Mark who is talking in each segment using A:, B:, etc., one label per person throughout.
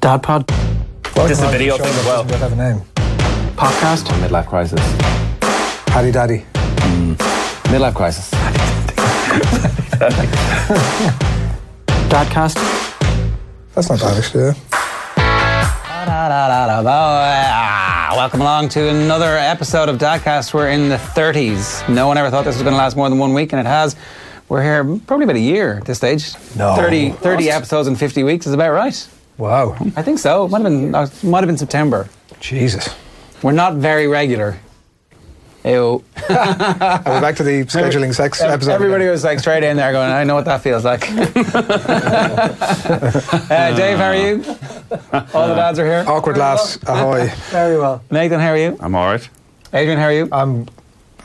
A: Dad Pod
B: Welcome
C: This is a
B: back to
C: video
B: the show
C: thing as
B: that
C: well.
B: doesn't yet have a name.
A: podcast.
D: Midlife crisis.
B: Paddy Daddy.
D: Midlife crisis.
A: Dadcast.
B: That's not bad actually. Yeah.
C: uh, Welcome along to another episode of Dadcast. We're in the 30s. No one ever thought this was going to last more than one week, and it has. We're here probably about a year at this stage.
B: No.
C: 30, 30 episodes in 50 weeks is about right.
B: Wow.
C: I think so. It might have been, uh, might have been September.
B: Jesus.
C: We're not very regular. Ew.
B: Are we back to the scheduling sex episode?
C: Everybody was like straight in there going, I know what that feels like. uh, Dave, how are you?
D: Uh,
C: All the dads are here.
D: oh.
B: Awkward laughs. Ahoy.
E: Very well.
C: Nathan, how are you?
D: I'm all right.
C: Adrian, how are you?
B: I'm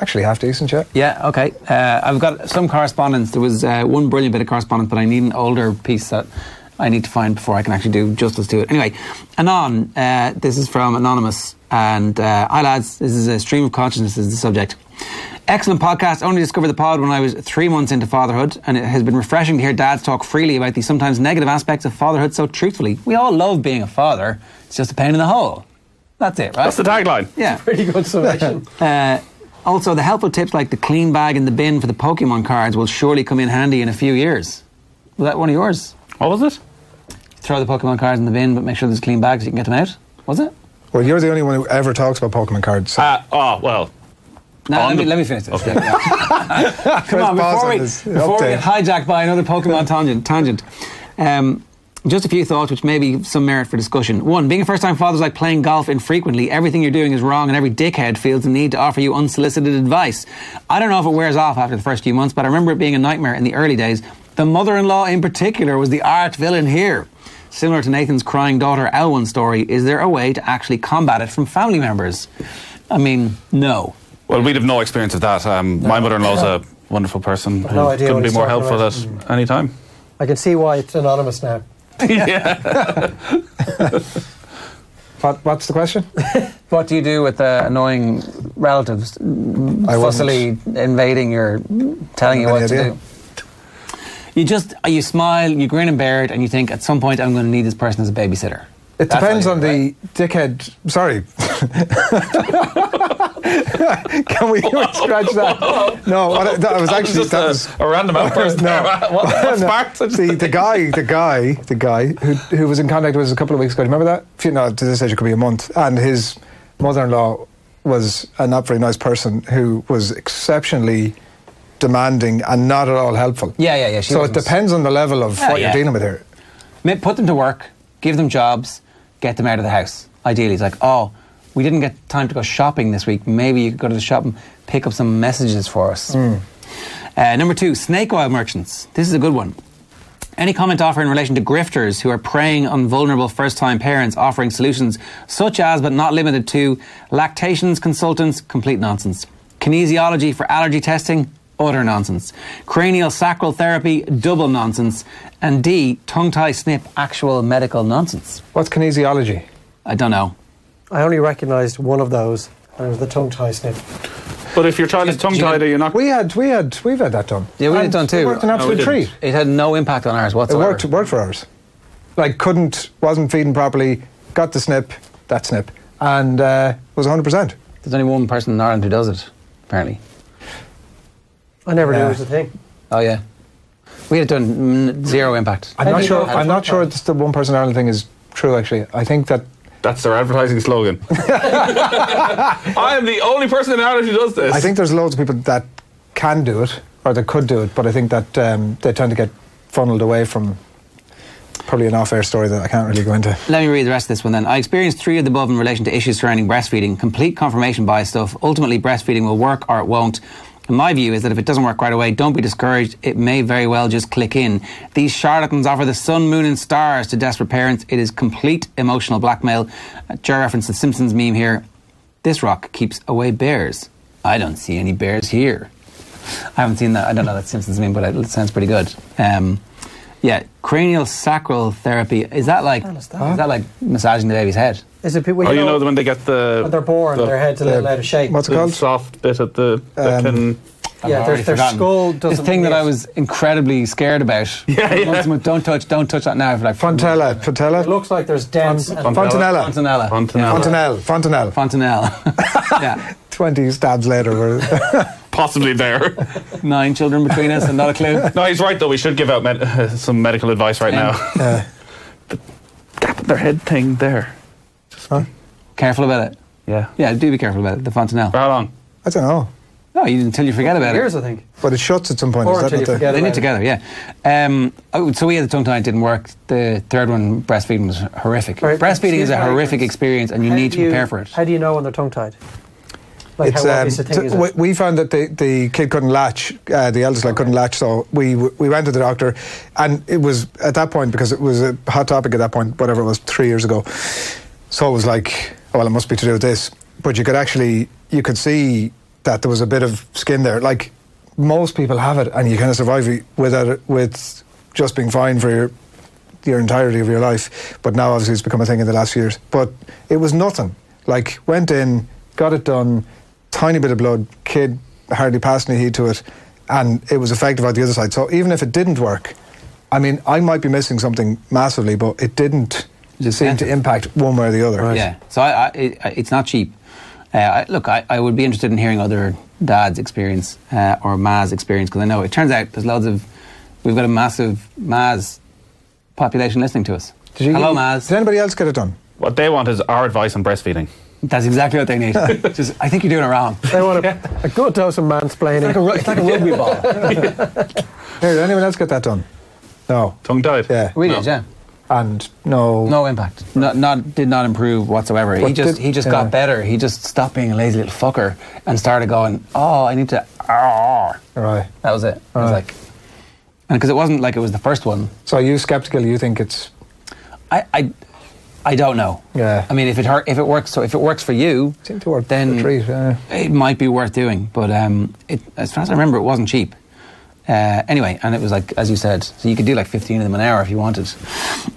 B: actually half decent, yeah.
C: Yeah, okay. Uh, I've got some correspondence. There was uh, one brilliant bit of correspondence, but I need an older piece that I need to find before I can actually do justice to it. Anyway, Anon, uh, this is from Anonymous. And uh, hi, lads, this is a stream of consciousness, is the subject. Excellent podcast. Only discovered the pod when I was three months into fatherhood, and it has been refreshing to hear dads talk freely about the sometimes negative aspects of fatherhood so truthfully. We all love being a father, it's just a pain in the hole. That's it, right?
D: That's the tagline.
C: yeah.
E: Pretty good summation.
C: Uh, also, the helpful tips like the clean bag in the bin for the Pokemon cards will surely come in handy in a few years. Was that one of yours?
D: What was it?
C: Throw the Pokemon cards in the bin, but make sure there's clean bags so you can get them out. Was it?
B: Well, you're the only one who ever talks about Pokemon cards.
C: Ah.
B: So
D: Uh, oh, well.
C: No,
D: On
C: let, me,
D: the-
C: let me finish this. Yeah, yeah. Come on,
B: pause
C: before,
B: on
C: we,
B: this
C: before we
B: update.
C: get hijacked by another Pokemon tangent. tangent. Um, just a few thoughts, which may be some merit for discussion. One, being a first time father is like playing golf infrequently. Everything you're doing is wrong, and every dickhead feels the need to offer you unsolicited advice. I don't know if it wears off after the first few months, but I remember it being a nightmare in the early days. The mother in law, in particular, was the arch villain here. Similar to Nathan's crying daughter Elwyn story, is there a way to actually combat it from family members? I mean, no.
D: Well, we'd have no experience of that. Um, My mother in law's a wonderful person.
E: no
D: who
E: idea
D: Couldn't
E: what
D: be
E: he's
D: more
E: talking
D: helpful
E: about.
D: at any time.
E: I can see why it's anonymous now.
D: yeah.
B: what, what's the question?
C: What do you do with the annoying relatives
B: I
C: fussily invading your, telling you
B: Any
C: what to
B: idea?
C: do? You just uh, you smile, you grin and bear it, and you think at some point I'm going to need this person as a babysitter.
B: It
C: That's how
B: depends
C: you
B: on
C: do it,
B: the dickhead. Sorry. Can we scratch that? No, what I, that was actually
D: just
B: that
C: uh,
D: a-
B: was
D: a random outburst there. What- what sparked it?
B: the, the guy, the guy, the guy who, who was in contact with us a couple of weeks ago. Do you remember that? Few- No, to this age it could be a month. And his mother-in-law was a not very nice person who was exceptionally demanding and not at all helpful.
C: Yeah, yeah, yeah, she
B: so
C: wasn't-
B: it depends on the level of
C: Yeah,
B: what
C: yeah.
B: you're dealing with here.
C: Ma- Put them to work, give them jobs, get them out of the house. Ideally, it's like, oh, we didn't get time to go shopping this week. Maybe you could go to the shop and pick up some messages for us.
B: Hmm.
C: Uh, number two, snake oil merchants. This is a good one. Any comment offered in relation to grifters who are preying on vulnerable first time parents offering solutions such as, but not limited to, lactations consultants? Complete nonsense. Kinesiology for allergy testing? Utter nonsense. Cranial sacral therapy? Double nonsense. And D, tongue tie snip? Actual medical nonsense.
B: What's kinesiology?
C: I don't know.
E: I only recognised one of those, and it was the tongue tie snip.
D: But if your child is
C: Do you-
D: tongue
C: do you-
D: tied, are you not?
B: We had, we had, we've had that done.
C: Yeah, we had
B: And
C: it done too.
B: It worked an
C: No,
D: we
B: absolute
D: didn't.
B: treat.
C: It had no impact on ours
B: It
C: whatsoever.
B: worked, worked for hours. Like, couldn't, wasn't feeding properly, got the snip, that snip, and uh, was 100%.
C: There's only one person in Ireland who does it, apparently.
E: I never knew
B: Yeah.
E: it was a thing.
C: Oh, yeah. We had it done mm, zero impact.
B: I'm
E: How
B: not
E: do you
B: sure,
E: know how
B: I'm
E: to
B: not sure it's the one person Ireland thing is true, actually. I think that,
D: That's their advertising slogan. I am the only person in Ireland who does this.
B: I think there's loads of people that can do it, or that could do it, but I think that um, they tend to get funneled away from probably an off air story that I can't really go into.
C: Let me read the rest of this one then. I experienced three of the above in relation to issues surrounding breastfeeding, complete confirmation bias stuff. Ultimately, breastfeeding will work or it won't. And my view is that if it doesn't work right away, don't be discouraged. It may very well just click in. These charlatans offer the sun, moon, and stars to desperate parents. It is complete emotional blackmail. Uh, Jer referenced the Simpsons meme here. This rock keeps away bears. I don't see any bears here. I haven't seen that. I don't know that Simpsons meme, but it sounds pretty good. Um, yeah, cranial sacral therapy. Is that like
E: hell is that?
C: is that like massaging the baby's head?
E: Is it people?
D: Oh, you know, when they get the.
E: they're born,
D: the-
E: their head's a
B: the-
E: little out of shape.
B: what's it
D: the
B: called?
D: soft bit at the
B: Um,
D: that can
C: I've
E: Yeah, their-
C: already
E: their
C: forgotten.
E: skull
C: This
E: doesn't
C: thing that I
E: move.
C: was incredibly scared about.
D: Yeah, yeah.
C: Once a month, Don't touch, don't touch that now. For like
B: Fontella,
E: It
B: Fontella,
E: looks like there's dents. and
B: Fontanella.
C: Fontanella.
B: Fontanelle,
D: Fontanella.
B: Fontanelle.
C: Fontanelle. yeah.
B: Twenty stabs later, we're
D: Possibly there.
C: Nine children between us and not a clue.
D: no, he's right though. We should give out med- some medical advice right
C: Yeah.
D: now.
B: uh,
D: the gap in their head thing there.
C: Careful about it.
D: Yeah.
C: Yeah, do be careful about it. The Fontanelle.
D: For how long?
B: I don't know,
C: No, you, until you forget about
E: Years,
C: it.
E: I think.
B: but it shuts at some point.
E: Or
B: Is that
E: until
B: not
E: you
B: the-
E: forget.
C: They
E: about
C: need
E: it.
C: together, yeah. Um, oh, so we had the tongue tie, it didn't work. The third one, breastfeeding, was horrific.
E: Right,
C: breastfeeding
E: excuse
C: is a
E: my
C: horrific
E: ignorance.
C: experience, and you
E: How
C: need
E: do
C: to prepare for it.
E: How do you know when they're tongue tied? Like
B: It's,
E: how
B: um,
E: obvious a thing
B: t-
E: is
B: we,
E: it?
B: we found that the, the kid couldn't latch, uh, the eldest lad couldn't latch, so we w- we went to the doctor, and it was at that point because it was a hot topic at that point, whatever it was, three years ago. So it was like, oh, well, it must be to do with this, but you could actually you could see that there was a bit of skin there. Like most people have it, and you kind of survive it without it, with just being fine for your your entirety of your life. But now, obviously, it's become a thing in the last few years. But it was nothing. Like, went in, got it done, tiny bit of blood, kid hardly passed any heed to it, and it was effective on the other side. So even if it didn't work, I mean, I might be missing something massively, but it didn't
C: Just
B: seem
C: enter.
B: to impact one way or the other.
C: Yeah. So I, I, it, it's not cheap. Uh, I, look, I, I would be interested in hearing other dads' experience uh, or Ma's experience because I know it turns out there's loads of we've got a massive Ma's population listening to us. Hello,
B: Did
C: Maz.
B: anybody else get it done?
D: What they want is our advice on breastfeeding.
C: That's exactly what they need. Just, I think you're doing it wrong.
E: They want a, a good dose of mansplaining.
C: ru- it's like a rugby ball.
B: Here, did anyone else get that done? No.
D: Tongue tied.
B: Yeah.
C: We
D: No.
C: did, yeah.
B: And no.
C: No impact. Not, not did not improve whatsoever. he
B: But
C: just
B: did-
C: he just
B: yeah.
C: got better. He just stopped being a lazy little fucker and started going. Oh, I need to. Arr.
B: Right.
C: That was it. I was
B: Right.
C: like, and because it wasn't like it was the first one.
B: So are you sceptical? You think it's
C: I, I, I don't know.
B: Yeah.
C: I mean, if it hurt, if it works, so if it works for you,
B: seem to work
C: Then
B: the treat? Uh,
C: it might be worth doing. But um, it, as far as I remember, it wasn't cheap. Uh, anyway, and it was like, as you said, so you could do like 15 of them an hour if you wanted.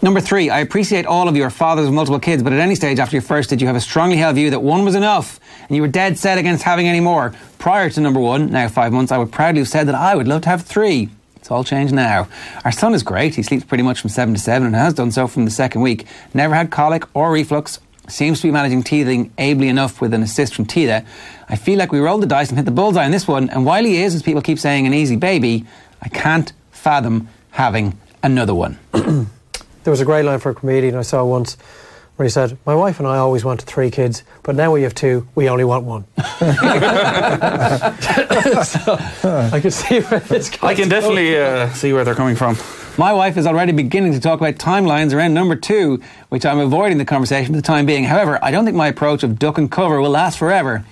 C: Number three, I appreciate all of you are fathers of multiple kids, but at any stage after your first, did you have a strongly held view that one was enough and you were dead set against having any more? Prior to number one, now five months, I would proudly have said that I would love to have three. It's all changed now. Our son is great. He sleeps pretty much from 7 to 7 and has done so from the second week. Never had colic or reflux. Seems to be managing teething ably enough with an assist from Tita. I feel like we rolled the dice and hit the bullseye on this one, and while he is, as people keep saying, an easy baby, I can't fathom having another one.
E: There was a great line for a comedian I saw once where he said, My wife and I always wanted three kids, but now we have two, we only want one. so I could see where this
D: I
E: goes.
D: can definitely uh, see where they're coming from.
C: My wife is already beginning to talk about timelines around number two, which I'm avoiding the conversation for the time being. However, I don't think my approach of duck and cover will last forever.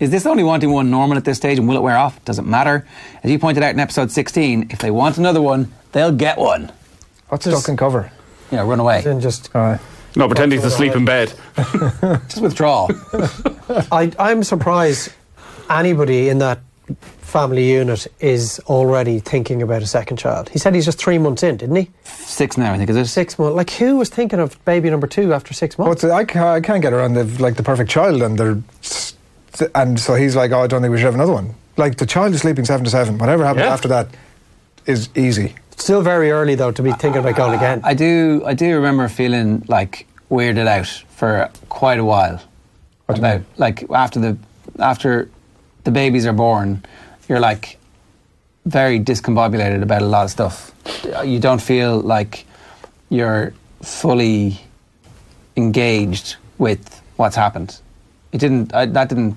C: Is this only wanting one normal at this stage and will it wear off? Doesn't matter. As you pointed out in episode 16, if they want another one, they'll get one.
B: what's duck and cover?
C: Yeah, run away.
E: And just,
B: All right.
D: No, pretend he's asleep in bed.
C: Just withdraw.
E: I, I'm surprised anybody in that family unit is already thinking about a second child. He said he's just three months in, didn't he?
C: Six now, I think, is it?
E: Six months. Like, who was thinking of baby number two after six months?
B: What's I, ca- I can't get around the like the perfect child, and they're s- and so he's like, oh, I don't think we should have another one. Like the child is sleeping seven to seven. Whatever happens
D: Yeah.
B: after that is easy.
E: Still very early, though, to be thinking about going again.
C: I do. I do remember feeling like weirded out for quite a while.
B: What do you
C: about
B: mean?
C: like after the after the babies are born, you're like very discombobulated about a lot of stuff. You don't feel like you're fully engaged with what's happened. It didn't. I, that didn't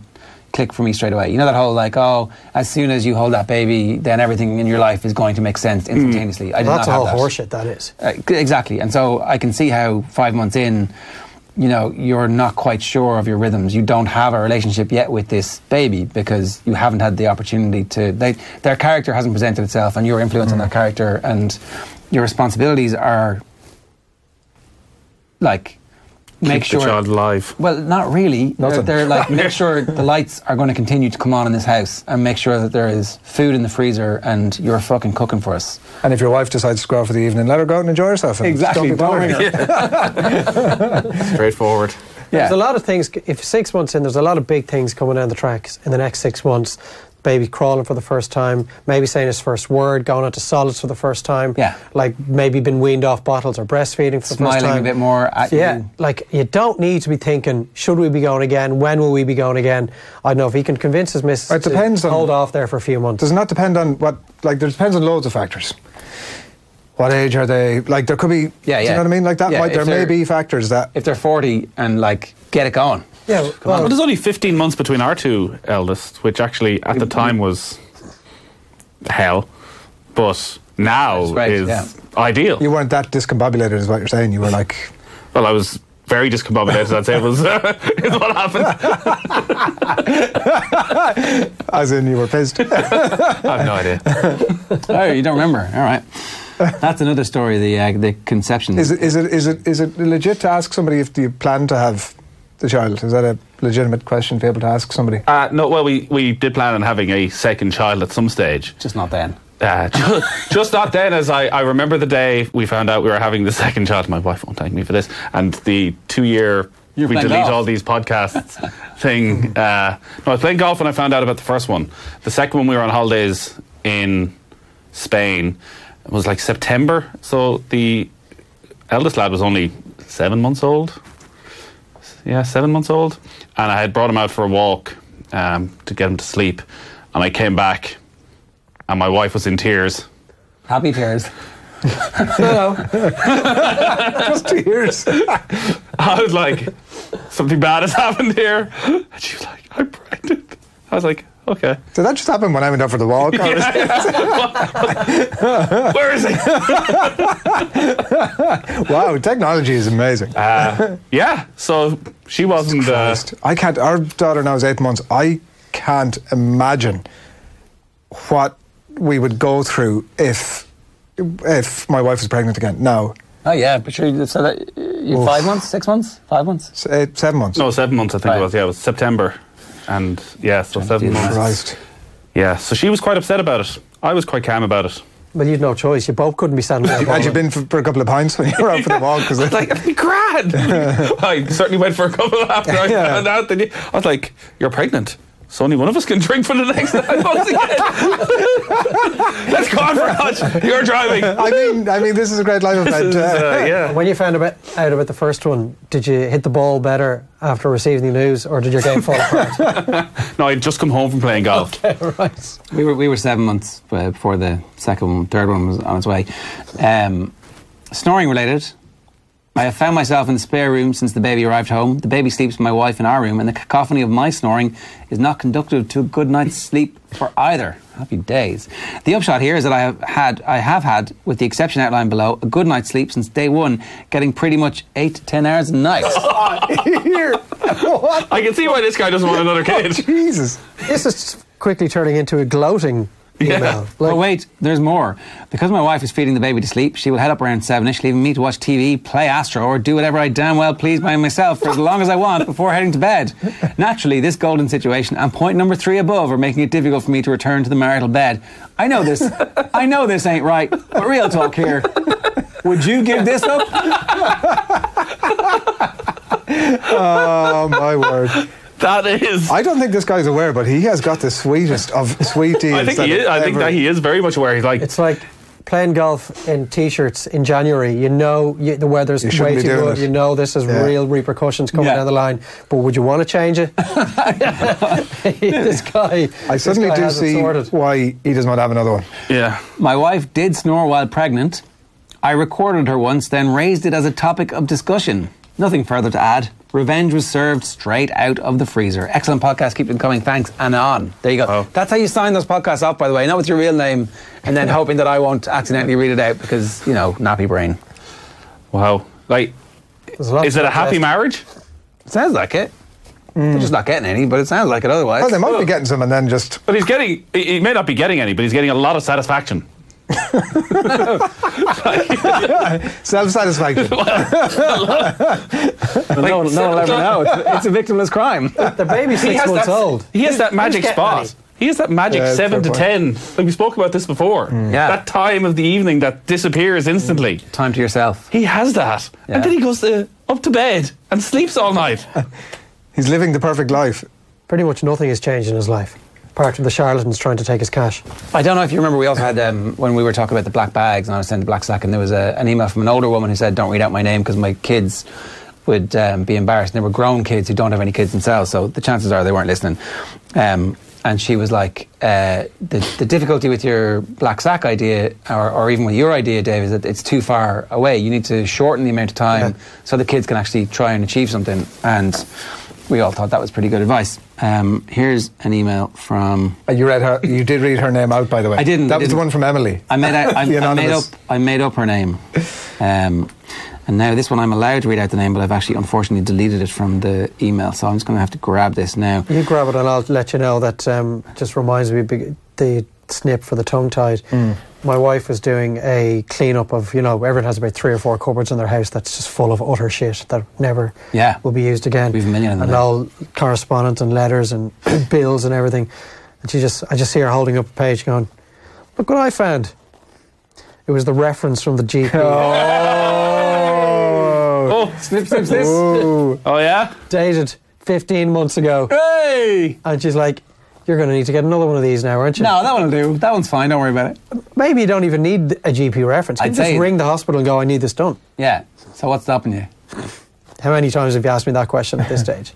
C: click for me straight away. You know that whole like, oh, as soon as you hold that baby, then everything in your life is going to make sense instantaneously. I did
E: Hmm. That's
C: not
E: all
C: have that.
E: horseshit that is.
C: Uh, g- exactly. And so I can see how five months in, you know, you're not quite sure of your rhythms. You don't have a relationship yet with this baby because you haven't had the opportunity to. They, their character hasn't presented itself, and your influence on
D: Hmm.
C: their character and your responsibilities are like make
D: Keep
C: sure
D: the child alive.
C: well, not really. They're,
B: Nothing.
C: they're like make sure the lights are going to continue to come on in this house, and make sure that there is food in the freezer, and you're fucking cooking for us.
B: And if your wife decides to go out for the evening, let her go out and enjoy herself. And Don't be bothering her.
D: Straightforward.
C: Yeah.
E: There's a lot of things. If six months in, there's a lot of big things coming down the tracks in the next six months baby crawling for the first time, maybe saying his first word, going onto solids for the first time,
C: Yeah.
E: like maybe been weaned off bottles or breastfeeding for the first
C: Smiling a
E: time.
C: bit more at
E: yeah,
C: you.
E: like you don't need to be thinking, should we be going again? When will we be going again? I don't know if he can convince his missus
B: It depends
E: to
B: on-
E: hold off there for a few months.
B: does not depend on what like there depends on loads of factors what age are they like there could be
C: Yeah,
B: do
C: yeah.
B: you know what i mean like that
C: Yeah,
B: might
C: if
B: there may
C: they're-
B: be factors that
C: If they're 40 and like, get it going.
E: Yeah, well,
D: Well, there's only 15 months between our two eldest, which actually at the time was hell, but now
C: That's right,
D: is
C: yeah.
D: ideal.
B: you weren't that discombobulated is what you're saying you were like
D: Well, I was very discombobulated. I'd say was is what happened.
B: as in you were pissed
D: I have no idea.
C: oh, you don't remember. All right. That's another story, the, uh, the conception.
B: is it is it is it is it legit to ask somebody if you plan to have the child is that a legitimate question to be able to ask somebody
D: Uh, no, well, we, we did plan on having a second child at some stage.
C: Just not then.
D: Uh, ju- just not then, as I, I remember the day we found out we were having the second child. My wife won't thank me for this. And the two year, we
C: You were
D: delete
C: playing golf.
D: all these podcasts thing. Uh, no, I was playing golf when I found out about the first one. The second one, we were on holidays in Spain. It was like September. So the eldest lad was only seven months old. yeah, seven months old, and I had brought him out for a walk um, to get him to sleep, and I came back, and my wife was in tears.
C: Happy tears.
B: just two years
D: I was like, something bad has happened here, and she was like, I'm pregnant. I was like, okay.
B: did that just happen when i went out for the walk Or was-
D: Where is he?
B: wow technology is amazing
D: Uh, yeah, so she wasn't. Uh,
B: Christ. I can't. Our daughter now is eight months. I can't imagine what we would go through if if my wife was pregnant again. Now,
C: Oh, yeah. But sure, you said that you
B: Oof.
C: five months, six months, five months.
B: it's eight, seven months.
D: no, seven months, I think
C: Right.
D: it was. Yeah, it was September. And yeah, so seven
C: do the
D: months.
B: Christ.
D: Yeah, so she was quite upset about it. I was quite calm about it.
E: but you'd no choice. You both couldn't be standing there.
B: Had you
E: bawling.
B: been for, for a couple of pints when you were out for the walk? Because
D: like that'd be grand. I certainly went for a couple after I
B: Yeah.
D: found out that you, I was like, "You're pregnant." So only one of us can drink for the next nine months again. Let's go on for a lunch. You're driving.
B: I mean, I mean, this is a great life
D: This
B: event.
D: is,
B: uh,
D: uh, yeah.
E: When you found about, out about the first one, did you hit the ball better after receiving the news, or did your game fall apart?
D: No, I'd just come home from playing golf.
E: right.
C: We were we were seven months uh, before the second one, third one was on its way. Um, snoring related, I have found myself in the spare room since the baby arrived home. The baby sleeps with my wife in our room, and the cacophony of my snoring is not conductive to a good night's sleep for either. Happy days. The upshot here is that I have had, I have had, with the exception outlined below, a good night's sleep since day one, getting pretty much eight to ten hours a night.
B: Here, what?
D: I can see why this guy doesn't want another kid.
B: Jesus.
E: This is quickly turning into a gloating email. Like,
C: oh wait, there's more. Because my wife is feeding the baby to sleep, she will head up around sevenish, leaving me to watch TV, play Astro, or do whatever I damn well please by myself for as long as I want before heading to bed. Naturally, this golden situation and point number three above are making it difficult for me to return to the marital bed. I know this. I know this ain't right. But real talk here. Would you give this up?
B: Oh my word!
D: That is. I,
B: I don't think this guy's aware, but he has got the sweetest of sweet deals.
D: think he is. I think that he is very much aware. He's like,
E: it's like playing golf in t-shirts in January. You know you, the weather's
B: You shouldn't
E: way
B: be
E: too
B: doing
E: good.
B: it.
E: You know this is
B: Yeah.
E: real repercussions coming
C: Yeah.
E: down the line. But would you want to change it? this guy.
B: I
E: this
B: suddenly
E: guy
B: do
E: has it
B: see
E: sorted.
B: why he does not have another one.
D: yeah.
C: My wife did snore while pregnant. I recorded her once, then raised it as a topic of discussion. Nothing further to add. Revenge was served straight out of the freezer. Excellent podcast. Keep them coming. Thanks. And on. There you go.
D: Oh.
C: That's how you sign those podcasts off, by the way. Not with your real name, and then hoping that I won't accidentally read it out because, you know, nappy brain.
D: Wow. Like,
E: There's lot
D: is
E: of
D: it a happy
E: protest.
D: marriage?
C: sounds like it. They're just not getting any, but it sounds like it otherwise.
B: Mm. Well, they might be getting some, and then just
D: But he's getting. He he may not be getting any, but he's getting a lot of satisfaction.
B: self-satisfaction.
C: no, one- no one will ever know. It's, it's a victimless crime.
E: The baby's
D: He
E: six
D: has
E: months
D: that-
E: old.
D: He has that magic
E: getting
D: spot.
E: any?
D: He has that magic
B: Yeah,
D: seven to
B: fair Hmm.
D: ten. Like we spoke about this before.
C: Yeah.
D: That time of the evening that disappears instantly.
C: Time to yourself.
D: He has that,
C: Yeah.
D: and then he goes to, up to bed and sleeps all night.
B: He's living the perfect life.
E: Pretty much nothing has changed in his life. apart from the charlatans trying to take his cash.
C: I don't know if you remember, we also had um, when we were talking about the black bags, and I was saying the black sack, and there was a, an email from an older woman who said, "Don't read out my name because my kids would um, be embarrassed." And they were grown kids who don't have any kids themselves, so the chances are they weren't listening. Um, and she was like, uh, the, "The difficulty with your black sack idea, or, or even with your idea, Dave, is that it's too far away. You need to shorten the amount of time
E: Yeah.
C: so the kids can actually try and achieve something." And we all thought that was pretty good advice. Um, here's an email from.
B: Uh, You read her. You did read her name out, by the way.
C: I didn't,
B: That
C: I
B: was the
C: didn't.
B: one from Emily.
C: I made, out, I,
B: The
C: I made up.
B: anonymous.
C: I made up her name, um, and now this one I'm allowed to read out the name, but I've actually unfortunately deleted it from the email. So I'm just going to have to grab this now.
E: You grab it and I'll let you know that um, just reminds me big- the snip for the tongue tied.
C: Mm.
E: My wife was doing a cleanup of, you know, everyone has about three or four cupboards in their house that's just full of utter shit that never
C: Yeah.
E: will be used again.
C: We've a million of them
E: And
C: now.
E: all correspondence and letters and bills and everything. And she just, I just see her holding up a page going, look what I found. It was the reference from the GP.
C: Oh.
B: Oh.
D: Oh,
C: Snip, snip, snip.
B: Ooh.
D: oh yeah.
E: Dated 15 months ago.
C: Hey!
E: And she's like, you're going to need to get another one of these now, aren't you?
C: No, that one'll do. That one's fine. Don't worry about it.
E: Maybe you don't even need a GP reference. You
C: I'd
E: can just
C: say-
E: ring the hospital and go, I need this done.
C: Yeah. So what's stopping you?
E: How many times have you asked me that question at this stage?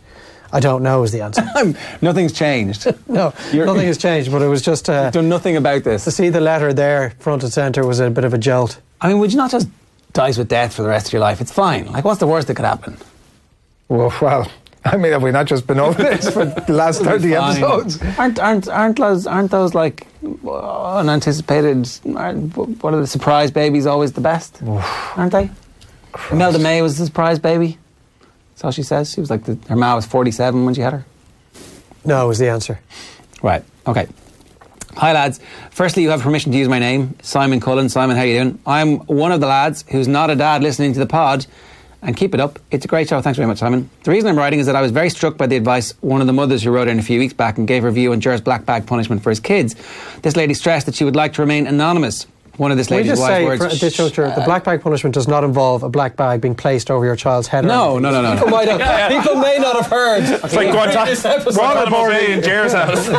E: I don't know is the answer.
C: I'm, nothing's changed. I've
E: No,
C: You're-
E: nothing has changed, but it was just uh,
C: done nothing about
E: to
C: this.
E: see the letter there front and centre was a bit of a jolt.
C: I mean, would you not just dice with death for the rest of your life? It's fine. Like, what's the worst that could happen?
B: Well, well, I mean, have we not just been over this for the last 30
C: Fine.
B: episodes?
C: Aren't aren't aren't those aren't those like uh, unanticipated? Aren't, what are the surprise babies always the best? Aren't they? Imelda May was the surprise baby. That's all she says. She was like the, her ma was forty seven when she had her.
E: No is the answer.
C: Right. Okay. Hi lads. Firstly, you have permission to use my name, Simon Cullen. Simon, how you doing? I'm one of the lads who's not a dad listening to the pod. And keep it up. It's a great show. Thanks very much, Simon. The reason I'm writing is that I was very struck by the advice one of the mothers who wrote in a few weeks back and gave her view on Jer's black bag punishment for his kids. This lady stressed that she would like to remain anonymous. One of this
E: Can we
C: lady's
E: just
C: wise
E: say
C: words. Uh,
E: for, at this
C: Shh.
E: juncture, the black bag punishment does not involve a black bag being placed over your child's head. or
C: No,
E: anything.
C: no, no, no, no.
E: People, might have, people may not have heard.
D: It's like going
E: This episode.
D: waterboarding in Jer's house.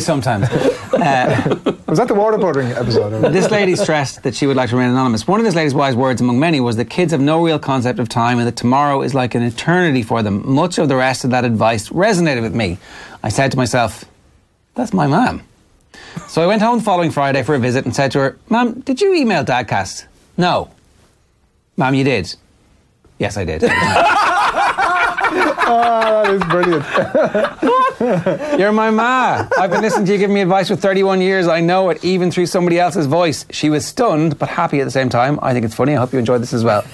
C: sometimes. Uh,
B: Was that the waterboarding episode? or-
C: this lady stressed that she would like to remain anonymous. One of this lady's wise words among many was that kids have no real concept of time and that tomorrow is like an eternity for them. Much of the rest of that advice resonated with me. I said to myself, that's my mum. So I went home the following Friday for a visit and said to her, Mum, did you email Dadcast? No. Mum, you did. Yes, I did.
B: Ah, that is brilliant.
C: You're my ma. I've been listening to you giving me advice for 31 years. I know it, even through somebody else's voice. She was stunned, but happy at the same time. I think it's funny. I hope you enjoyed this as well.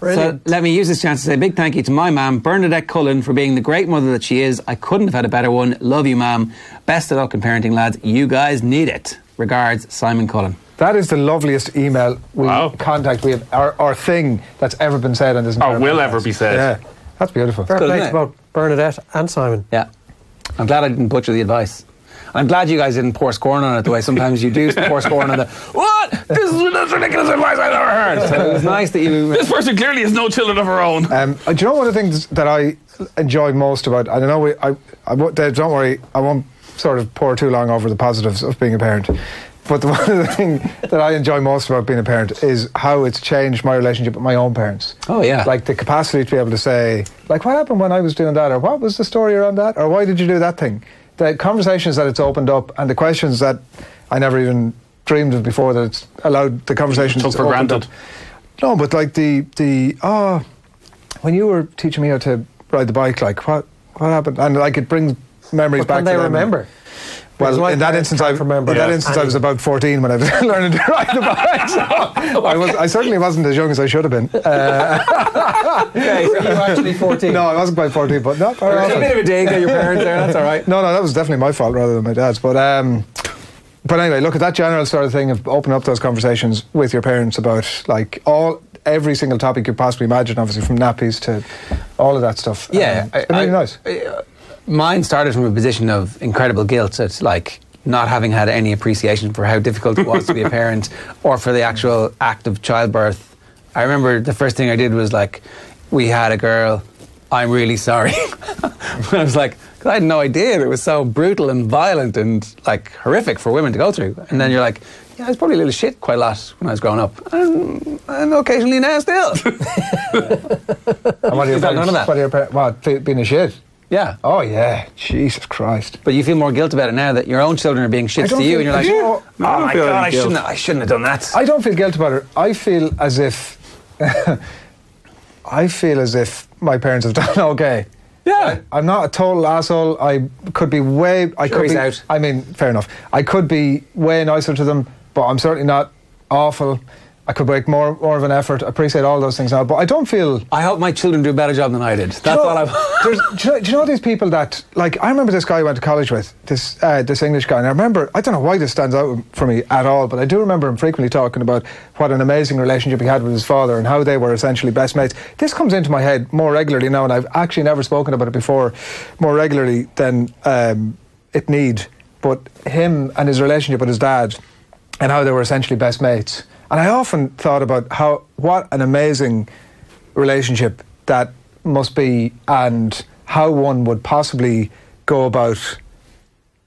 C: So let me use this chance to say a big thank you to my mam, Bernadette Cullen, for being the great mother that she is. I couldn't have had a better one. Love you, mam. Best of luck in parenting, lads. You guys need it. Regards, Simon Cullen.
B: That is the loveliest email we
D: Wow.
B: contact we have, or, or thing that's ever been said on this.
D: Or
B: entire
D: will
B: podcast.
D: ever be said.
B: Yeah, that's beautiful.
E: Fair
C: good,
E: play
C: isn't
E: to
C: it?
E: both Bernadette and Simon.
C: Yeah. I'm glad I didn't butcher the advice. I'm glad you guys didn't pour scorn on it the way sometimes you do pour scorn on the, what? This is that's ridiculous advice I've ever heard. So it was nice that you.
D: This person clearly has no children of her own.
B: Um, uh, do you know one of the things that I enjoy most about? I don't know. We, I, I won't, Dave, don't worry. I won't sort of pour too long over the positives of being a parent. But the one of the thing that I enjoy most about being a parent is how it's changed my relationship with my own parents.
C: Oh, yeah.
B: like the capacity to be able to say, like, what happened when I was doing that, or what was the story around that, or why did you do that thing? The conversations that it's opened up, and the questions that I never even dreamed of before that it's allowed the conversations
D: Took
B: it's
D: for
B: opened
D: granted.
B: up. No, but like the the oh, when you were teaching me how to ride the bike, like what what happened? And like it brings memories
E: But
B: back.
E: can
B: to
E: they
B: them.
E: remember? Because
B: Well,
E: my
B: in that
E: parents
B: instance, I
E: can't remember
B: remember. In that
E: that.
B: instance, I was about fourteen when I was learning to ride the bike. So I was. I certainly wasn't as young as I should have been. Uh,
E: Okay, so you're actually 14.
B: no, I wasn't quite fourteen, but not far off. it.
C: of a dig at your parents there, that's all right.
B: No, no, that was definitely my fault rather than my dad's. But um, but anyway, look at that general sort of thing of opening up those conversations with your parents about like all every single topic you could possibly imagine, obviously from nappies to all of that stuff.
C: Yeah,
B: um, it's been really nice.
C: I- mine started from a position of incredible guilt at like not having had any appreciation for how difficult it was to be a parent or for the actual act of childbirth. I remember the first thing I did was like, we had a girl. I'm really sorry. and I was like, 'Cause I had no idea it was so brutal and violent and like horrific for women to go through. And then you're like, yeah, I was probably a little shit quite a lot when I was growing up, and, and occasionally now still.
B: And what are your
C: You've got none
B: parents?
C: of that.
B: What are your parents? What fe- being a shit?
C: yeah.
B: Oh yeah, Jesus Christ.
C: But you feel more guilt about it now that your own children are being shit to
B: don't feel-
C: you, and you're like,
B: I do.
C: oh,
B: No, I don't
C: my
B: feel any
C: god, I
B: guilt.
C: shouldn't, I shouldn't have done that.
B: I don't feel guilt about it. I feel as if I feel as if my parents have done okay.
C: yeah.
B: I'm not a total asshole. I could be way. I
C: Sure,
B: could
C: he's
B: be,
C: out.
B: I mean, fair enough. I could be way nicer to them, but I'm certainly not awful. I could make more more of an effort. I appreciate all those things now, but I don't feel.
C: I hope my children do a better job than I did. That's
B: Do you know-
C: all I.
B: there's- do, you know, do you know these people that like? I remember this guy I went to college with, this uh, this English guy, and I remember I don't know why this stands out for me at all, but I do remember him frequently talking about what an amazing relationship he had with his father and how they were essentially best mates. This comes into my head more regularly now, and I've actually never spoken about it before more regularly than um, it need. But him and his relationship with his dad, and how they were essentially best mates, and I often thought about how what an amazing relationship that must be and how one would possibly go about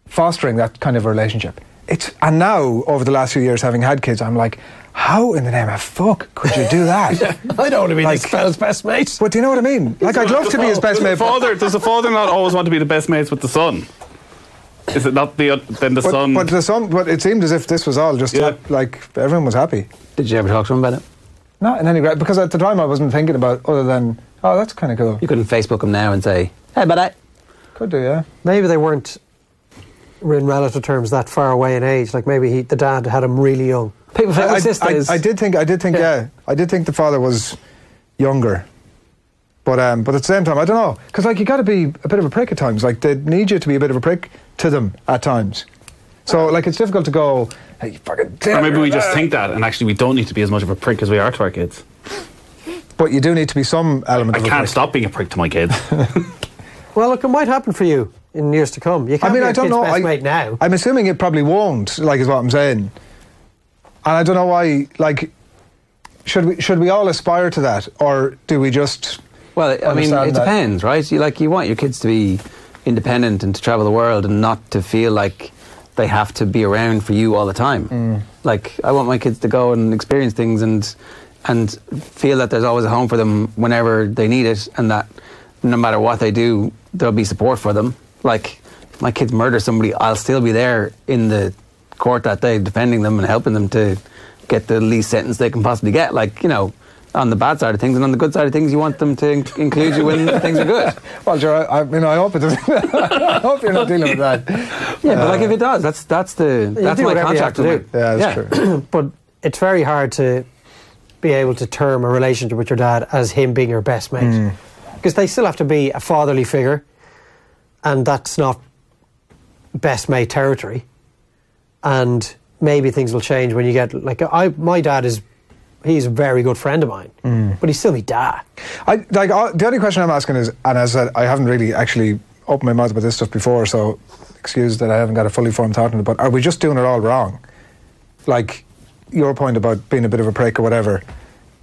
B: fostering that kind of relationship. It's and now over the last few years having had kids, I'm like, how in the name of fuck could you do that?
E: I don't want to be
B: Like-
E: this fella's best mate.
B: But do you know what I mean? Like I'd love to be his best
D: does
B: mate.
D: The
B: but-
D: father, does the father not always want to be the best mates with the son? Is it not the then the
B: But,
D: son?
B: but the son, but it seemed as if this was all just
D: Yeah.
B: hap- like everyone was happy.
C: Did you ever talk to him about it?
B: Not in any way, because at the time I wasn't thinking about other than, oh, that's kind of cool.
C: You couldn't Facebook him now and say, "Hey, buddy."
B: Could do, yeah.
E: Maybe they weren't in relative terms that far away in age. Like maybe he, the dad had him really young.
C: People think
B: I,
C: my sister
B: I-
C: is.
B: I did think. I did think. Yeah.
E: Yeah.
B: I did think the father was younger. But um, but at the same time, I don't know, because like you got to be a bit of a prick at times. Like they need you to be a bit of a prick to them at times. So like it's difficult to go. Hey, you fucking.
D: or maybe we just think that, and actually we don't need to be as much of a prick as we are to our kids.
B: But you do need to be some element.
D: I
B: of a
D: can't
B: prick.
D: stop being a prick to my kids.
E: Well, look, it might happen for you in years to come. You can't
B: I mean,
E: be
B: I
E: your
B: don't
E: kid's
B: know.
E: best
B: I,
E: mate now.
B: I'm assuming it probably won't. Like is what I'm saying. And I don't know why. Like, should we should we all aspire to that, or do we just?
C: Well, I mean,
B: understand
C: it
B: that.
C: depends, right? You like you want your kids to be independent and to travel the world and not to feel like they have to be around for you all the time.
B: Mm.
C: Like I want my kids to go and experience things and and feel that there's always a home for them whenever they need it and that no matter what they do, there'll be support for them. Like if my kids murder somebody, I'll still be there in the court that day defending them and helping them to get the least sentence they can possibly get. Like, you know, on the bad side of things and on the good side of things, you want them to in- include you when things are good.
B: Well, Joe, I, I mean, I hope it doesn't. I hope you're not dealing with that.
C: Yeah, but like if it does, that's that's the that's
E: do
C: my
E: whatever you
C: contract
E: have to
C: with
E: do.
C: it.
B: Yeah, that's true.
E: but it's very hard to be able to term a relationship with your dad as him being your best
B: Hmm.
E: mate because they still have to be a fatherly figure and that's not best mate territory and maybe things will change when you get like I my dad is he's a very good friend of mine
B: Hmm.
E: but he's still my dad
B: I like uh, the only question I'm asking is, and as I said, I haven't really actually opened my mouth about this stuff before, so excuse that I haven't got a fully formed thought on it. But are we just doing it all wrong? Like your point about being a bit of a prick or whatever.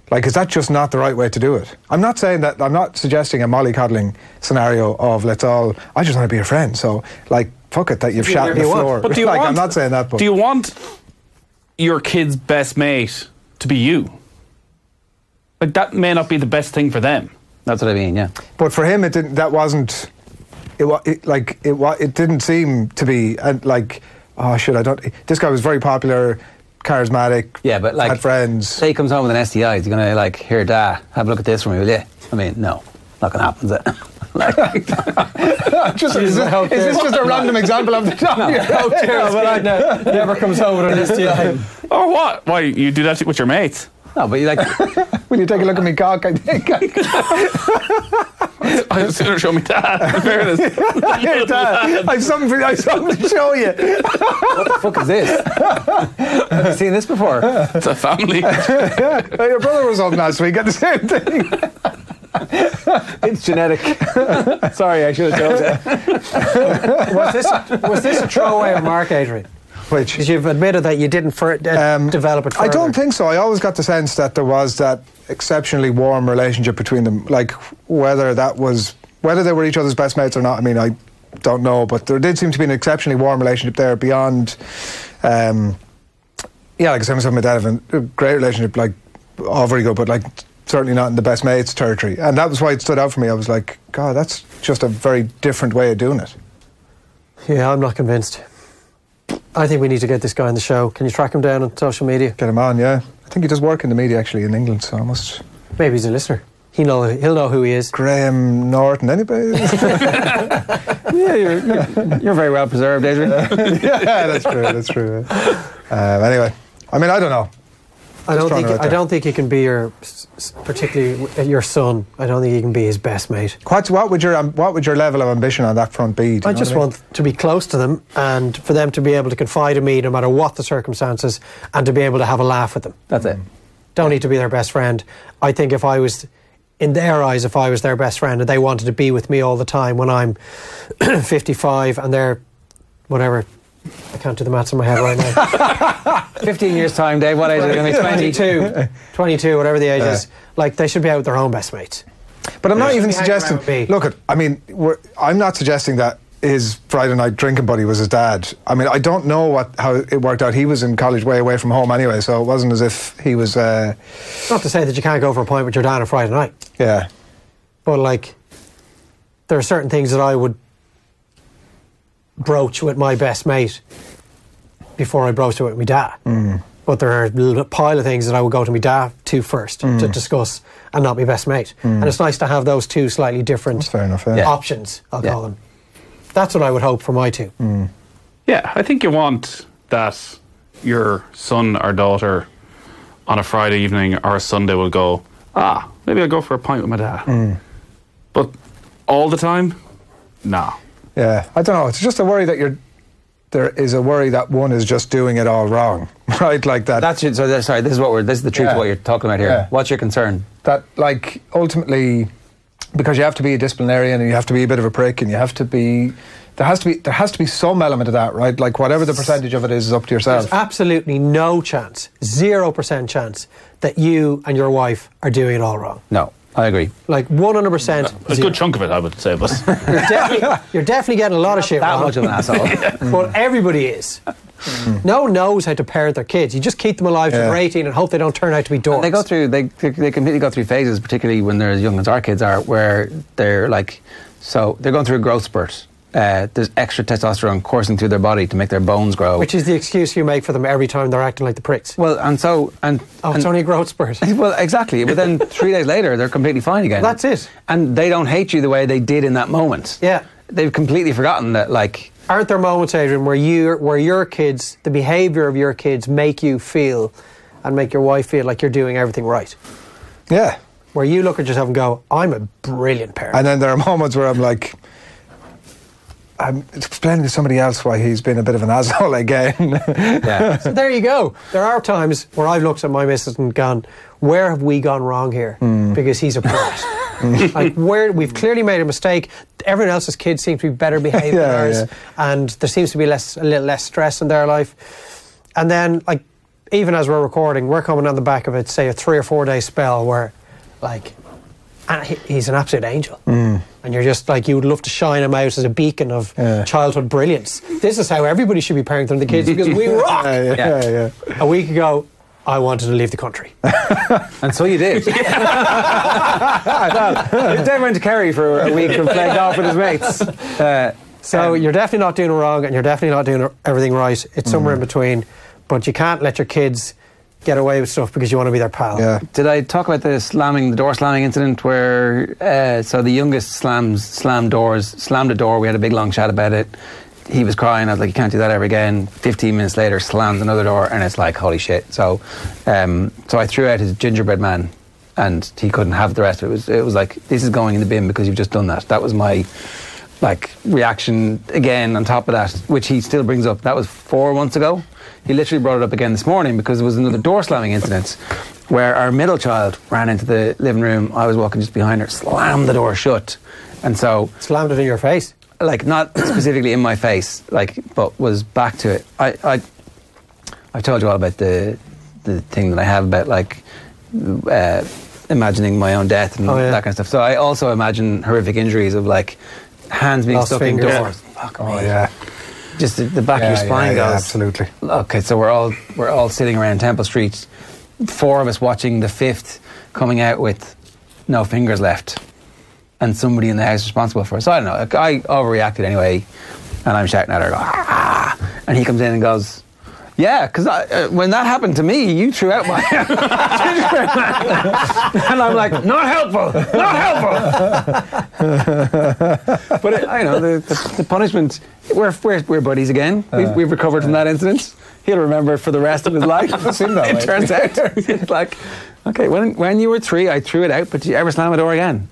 B: Like, is that just not the right way to do it? I'm not saying that. I'm not suggesting a mollycoddling scenario of let's all. I just want to be a friend. So, like, fuck it that you've shot the
E: you want.
B: floor.
D: But do you
B: like,
D: want,
B: I'm not saying that. But
D: Do you want your kid's best mate to be you? Like that may not be the best thing for them.
C: That's what I mean. Yeah,
B: But for him, it didn't. That wasn't. It, wa- it like it. Wa- it didn't seem to be and like. Oh shit! I don't. This guy was very popular, charismatic.
C: yeah, but like
B: had friends.
C: Say he comes home with an STI, he's gonna like here, da, have a look at this for me, will you? I mean, no, not gonna happen. Is it? like,
B: Just, is, this,
E: help
B: is this
E: there.
B: just a random example of the top of your head?
E: never comes over on STI
D: Or what? Why you do that with your mates?
C: no, but you like.
B: Will you take a look at me cock? I think.
D: I was sooner show me dad. In fairness,
B: Here's that. I've something. For, I've something to show you.
C: fuck is this? Have you seen this before?
D: it's a family.
B: Yeah. Your brother was on last week. Got the same thing.
C: It's genetic. Sorry, I should have told you.
E: was this was this a throwaway remark Adrian
B: Which
E: because you've admitted that you didn't fur- uh,
B: Um,
E: develop it
B: I
E: further.
B: don't think so. I always got the sense that there was that exceptionally warm relationship between them. Like whether that was whether they were each other's best mates or not. I mean, I don't know, but there did seem to be an exceptionally warm relationship there beyond. Um, yeah, like I said myself, my dad have a great relationship, like all very good, but like certainly not in the best mates territory, and that was why it stood out for me. I was like, God, that's just a very different way of doing it.
E: Yeah, I'm not convinced. I think we need to get this guy on the show. Can you track him down on social media?
B: Get him on, yeah. I think he does work in the media actually in England, so I must.
E: Maybe he's a listener. He know he'll know who he is.
B: Graham Norton, anybody?
C: Yeah, you're, you're very well preserved, Adrian.
B: yeah, that's true. That's true. yeah. Um, anyway, I mean, I don't know.
E: I don't
B: throwing
E: think
B: it out
E: I
B: there.
E: don't think he can be your s- s- particularly w- uh, your son. I don't think he can be his best mate.
B: What, what would your um, what would your level of ambition on that front be? Do you
E: I
B: know
E: just
B: what
E: want to be close to them and for them to be able to confide in me no matter what the circumstances and to be able to have a laugh with them.
C: That's it.
E: Don't need to be their best friend. I think if I was in their eyes, if I was their best friend and they wanted to be with me all the time when I'm 55 and they're whatever, I can't do the maths in my head right now.
C: 15 years' time, Dave, what age are they going to be 20?
E: 22, 22, whatever the age
B: Yeah.
E: is. Like they should be out with their own best mate.
B: But I'm not
E: Yeah.
B: even
E: Hang around
B: suggesting.
E: with me.
B: Look, I mean, we're, I'm not suggesting that his Friday night drinking buddy was his dad. I mean, I don't know what how it worked out. He was in college, way away from home anyway, so it wasn't as if he was. Uh,
E: Not to say that you can't go for a pint with your dad on Friday night,
B: yeah,
E: but like there are certain things that I would broach with my best mate before I broached it with my dad.
B: Mm.
E: But there are a l- pile of things that I would go to my dad to first to
B: Mm.
E: discuss and not my best mate. And it's nice to have those two slightly different
B: fair enough. Yeah.
E: options, I'll
C: Yeah.
E: call them. That's what I would hope for my two.
B: Mm.
D: Yeah, I think you want that your son or daughter on a Friday evening or a Sunday will go, ah, maybe I'll go for a pint with my dad. But all the time, nah.
B: Yeah, I don't know. It's just a worry that you're. There is a worry that one is just doing it all wrong, right? Like that.
C: That's your, so that's, sorry, this is what we're, this is the truth
B: Yeah.
C: of what you're talking about here.
B: Yeah.
C: What's your concern?
B: that like ultimately because you have to be a disciplinarian and you have to be a bit of a prick and you have to be there has to be there has to be some element of that right like whatever the percentage of it is is up to yourself
E: There's absolutely no chance, 0% chance, that you and your wife are doing it all wrong.
C: No, I agree.
E: Like 100%.
D: A
E: zero.
D: good chunk of it, I would say, but
E: You're definitely, you're definitely getting a lot of shit
C: That
E: wrong.
C: much of an asshole.
E: But everybody is.
C: Mm.
E: No one knows how to parent their kids. You just keep them alive till
B: Yeah.
E: they're 18 and hope they don't turn out to be dorks.
C: They go through they they completely go through phases, particularly when they're as young as our kids are, where they're like, so they're going through a growth spurt. Uh, there's extra testosterone coursing through their body to make their bones grow.
E: which is the excuse you make for them every time they're acting like the pricks.
C: well, and so and
E: oh, it's
C: and-
E: only a growth spurt.
C: well, exactly. But then three days later, they're completely fine again.
E: That's it.
C: And they don't hate you the way they did in that moment.
E: Yeah.
C: They've completely forgotten that, like,
E: Aren't there moments, Adrian, where you, where your kids, the behaviour of your kids, make you feel, and make your wife feel like you're doing everything right?
B: yeah
E: Where you look at yourself and go, "I'm a brilliant parent."
B: and then there are moments where i'm like i'm explaining to somebody else why he's been a bit of an asshole again
C: yeah.
E: So there you go. There are times where I've looked at my missus and gone, where have we gone wrong here?
B: Mm.
E: Because he's a brat. like where we've clearly made a mistake. Everyone else's kids seem to be better behaved than
B: Yeah,
E: ours,
B: yeah.
E: and there seems to be less a little less stress in their life. And then like even as we're recording, we're coming on the back of it, say a three or four day spell where like and he- he's an absolute angel.
B: Mm.
E: And you're just like, you would love to shine him out as a beacon of
B: Yeah.
E: childhood brilliance. This is how everybody should be parenting the kids because we rock.
B: yeah, yeah, yeah, yeah.
E: A week ago, I wanted to leave the country.
C: And so you did. Well, Dave went to Kerry for a week and played golf with his mates. Uh,
E: So you're definitely not doing it wrong, and you're definitely not doing everything right. It's somewhere in between, but you can't let your kids get away with stuff because you want to be their pal.
B: Yeah.
C: Did I talk about the slamming, the door slamming incident where, uh, so the youngest slams, slammed doors, slammed a door. We had a big long chat about it. He was crying. I was like, you can't do that ever again. 15 minutes later, slams another door and it's like, holy shit. So, um, so I threw out his gingerbread man and he couldn't have the rest of it. It was, it was like, this is going in the bin because you've just done that. That was my, like, reaction again on top of that, which he still brings up. That was four months ago. He literally brought it up again this morning because there was another door slamming incident where our middle child ran into the living room. I was walking just behind her, slammed the door shut. And so,
E: Slammed it in your face.
C: like, not specifically in my face, like, but was back to it. I, I, I've told you all about the, the thing that I have about, like, uh, imagining my own death and
E: Oh, yeah.
C: that kind of stuff. So I also imagine horrific injuries of, like, hands being
E: Lost
C: stuck
E: fingers.
C: indoors. Fuck me.
B: Oh yeah,
C: Just the, the back
B: Yeah,
C: of your spine
B: yeah, yeah,
C: goes.
B: absolutely.
C: Okay, so we're all we're all sitting around Temple Street, four of us watching the fifth coming out with no fingers left, and somebody in the house responsible for it. So I don't know. like, I overreacted anyway, and I'm shouting at her, ah! and he comes in and goes. Yeah, because uh, when that happened to me, you threw out my. and I'm like, not helpful, not helpful. but it, I know the, the, the punishment. We're, we're, we're buddies again.
B: Uh-huh.
C: we've, we've recovered from that incident. He'll remember it for the rest of his life. it
B: seemed that way.
C: turns out it's like, okay, when when you were three, I threw it out, but did you ever slam a door again?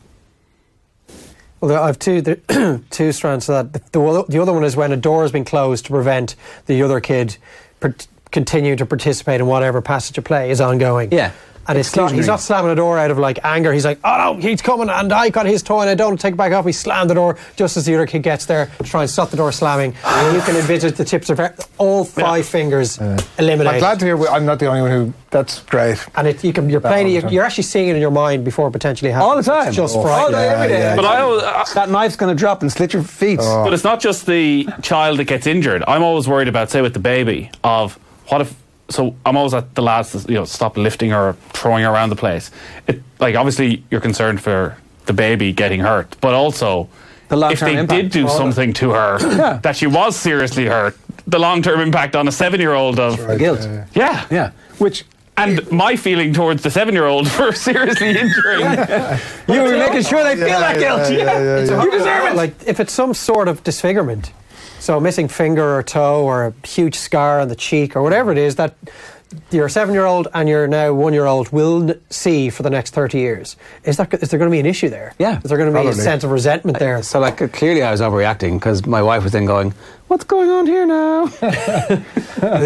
E: Well, there- I have two there, two strands to that. The, the, o- the other one is when a door has been closed to prevent the other kid per, continue to participate in whatever passage of play is ongoing.
C: Yeah.
E: And it's not, he's not slamming the door out of like anger. He's like, oh no, he's coming and I got his toy and I don't take it back off. He slammed the door just as the other kid gets there to try and stop the door slamming. and you can envisage the tips of e, all five fingers eliminated.
B: I'm glad to hear we, I'm not the only one who. That's great.
E: and it, you can, you're playing it,
B: all the
E: you're,
B: time.
E: you're actually seeing it in your mind before it potentially happens.
C: All the time.
E: It's just
C: Oh,
E: frightening.
C: all day, every day.
B: Yeah, yeah,
D: But I always, I-
C: That knife's going to drop and slit your feet.
E: Oh.
D: But it's not just the child that gets injured. I'm always worried about, say, with the baby, of what if. So I'm always at the lads, to, you know, stop lifting her, throwing her around the place. It, like, obviously, you're concerned for the baby getting hurt, but also
C: The
D: if
C: long-term
D: they
C: impact.
D: did do
C: Well,
D: something to her that she was seriously hurt, the long term impact on a seven year old of.
B: Right,
C: guilt.
B: yeah, yeah.
D: Yeah.
C: Yeah, which
D: And my feeling towards the seven year old for seriously injuring.
C: you were making sure they feel that
B: yeah,
C: guilt.
B: yeah, yeah, yeah,
C: It's
B: yeah.
C: a- you deserve it.
E: Like if it's some sort of disfigurement, so a missing finger or toe or a huge scar on the cheek or whatever it is that your seven-year-old and your now one-year-old will n- see for the next thirty years. Is that is there going to be an issue there?
C: Yeah,
E: is there going to be
B: probably.
E: a sense of resentment there?
C: So, like, uh, clearly I was overreacting because my wife was then going, What's going on here now?
E: the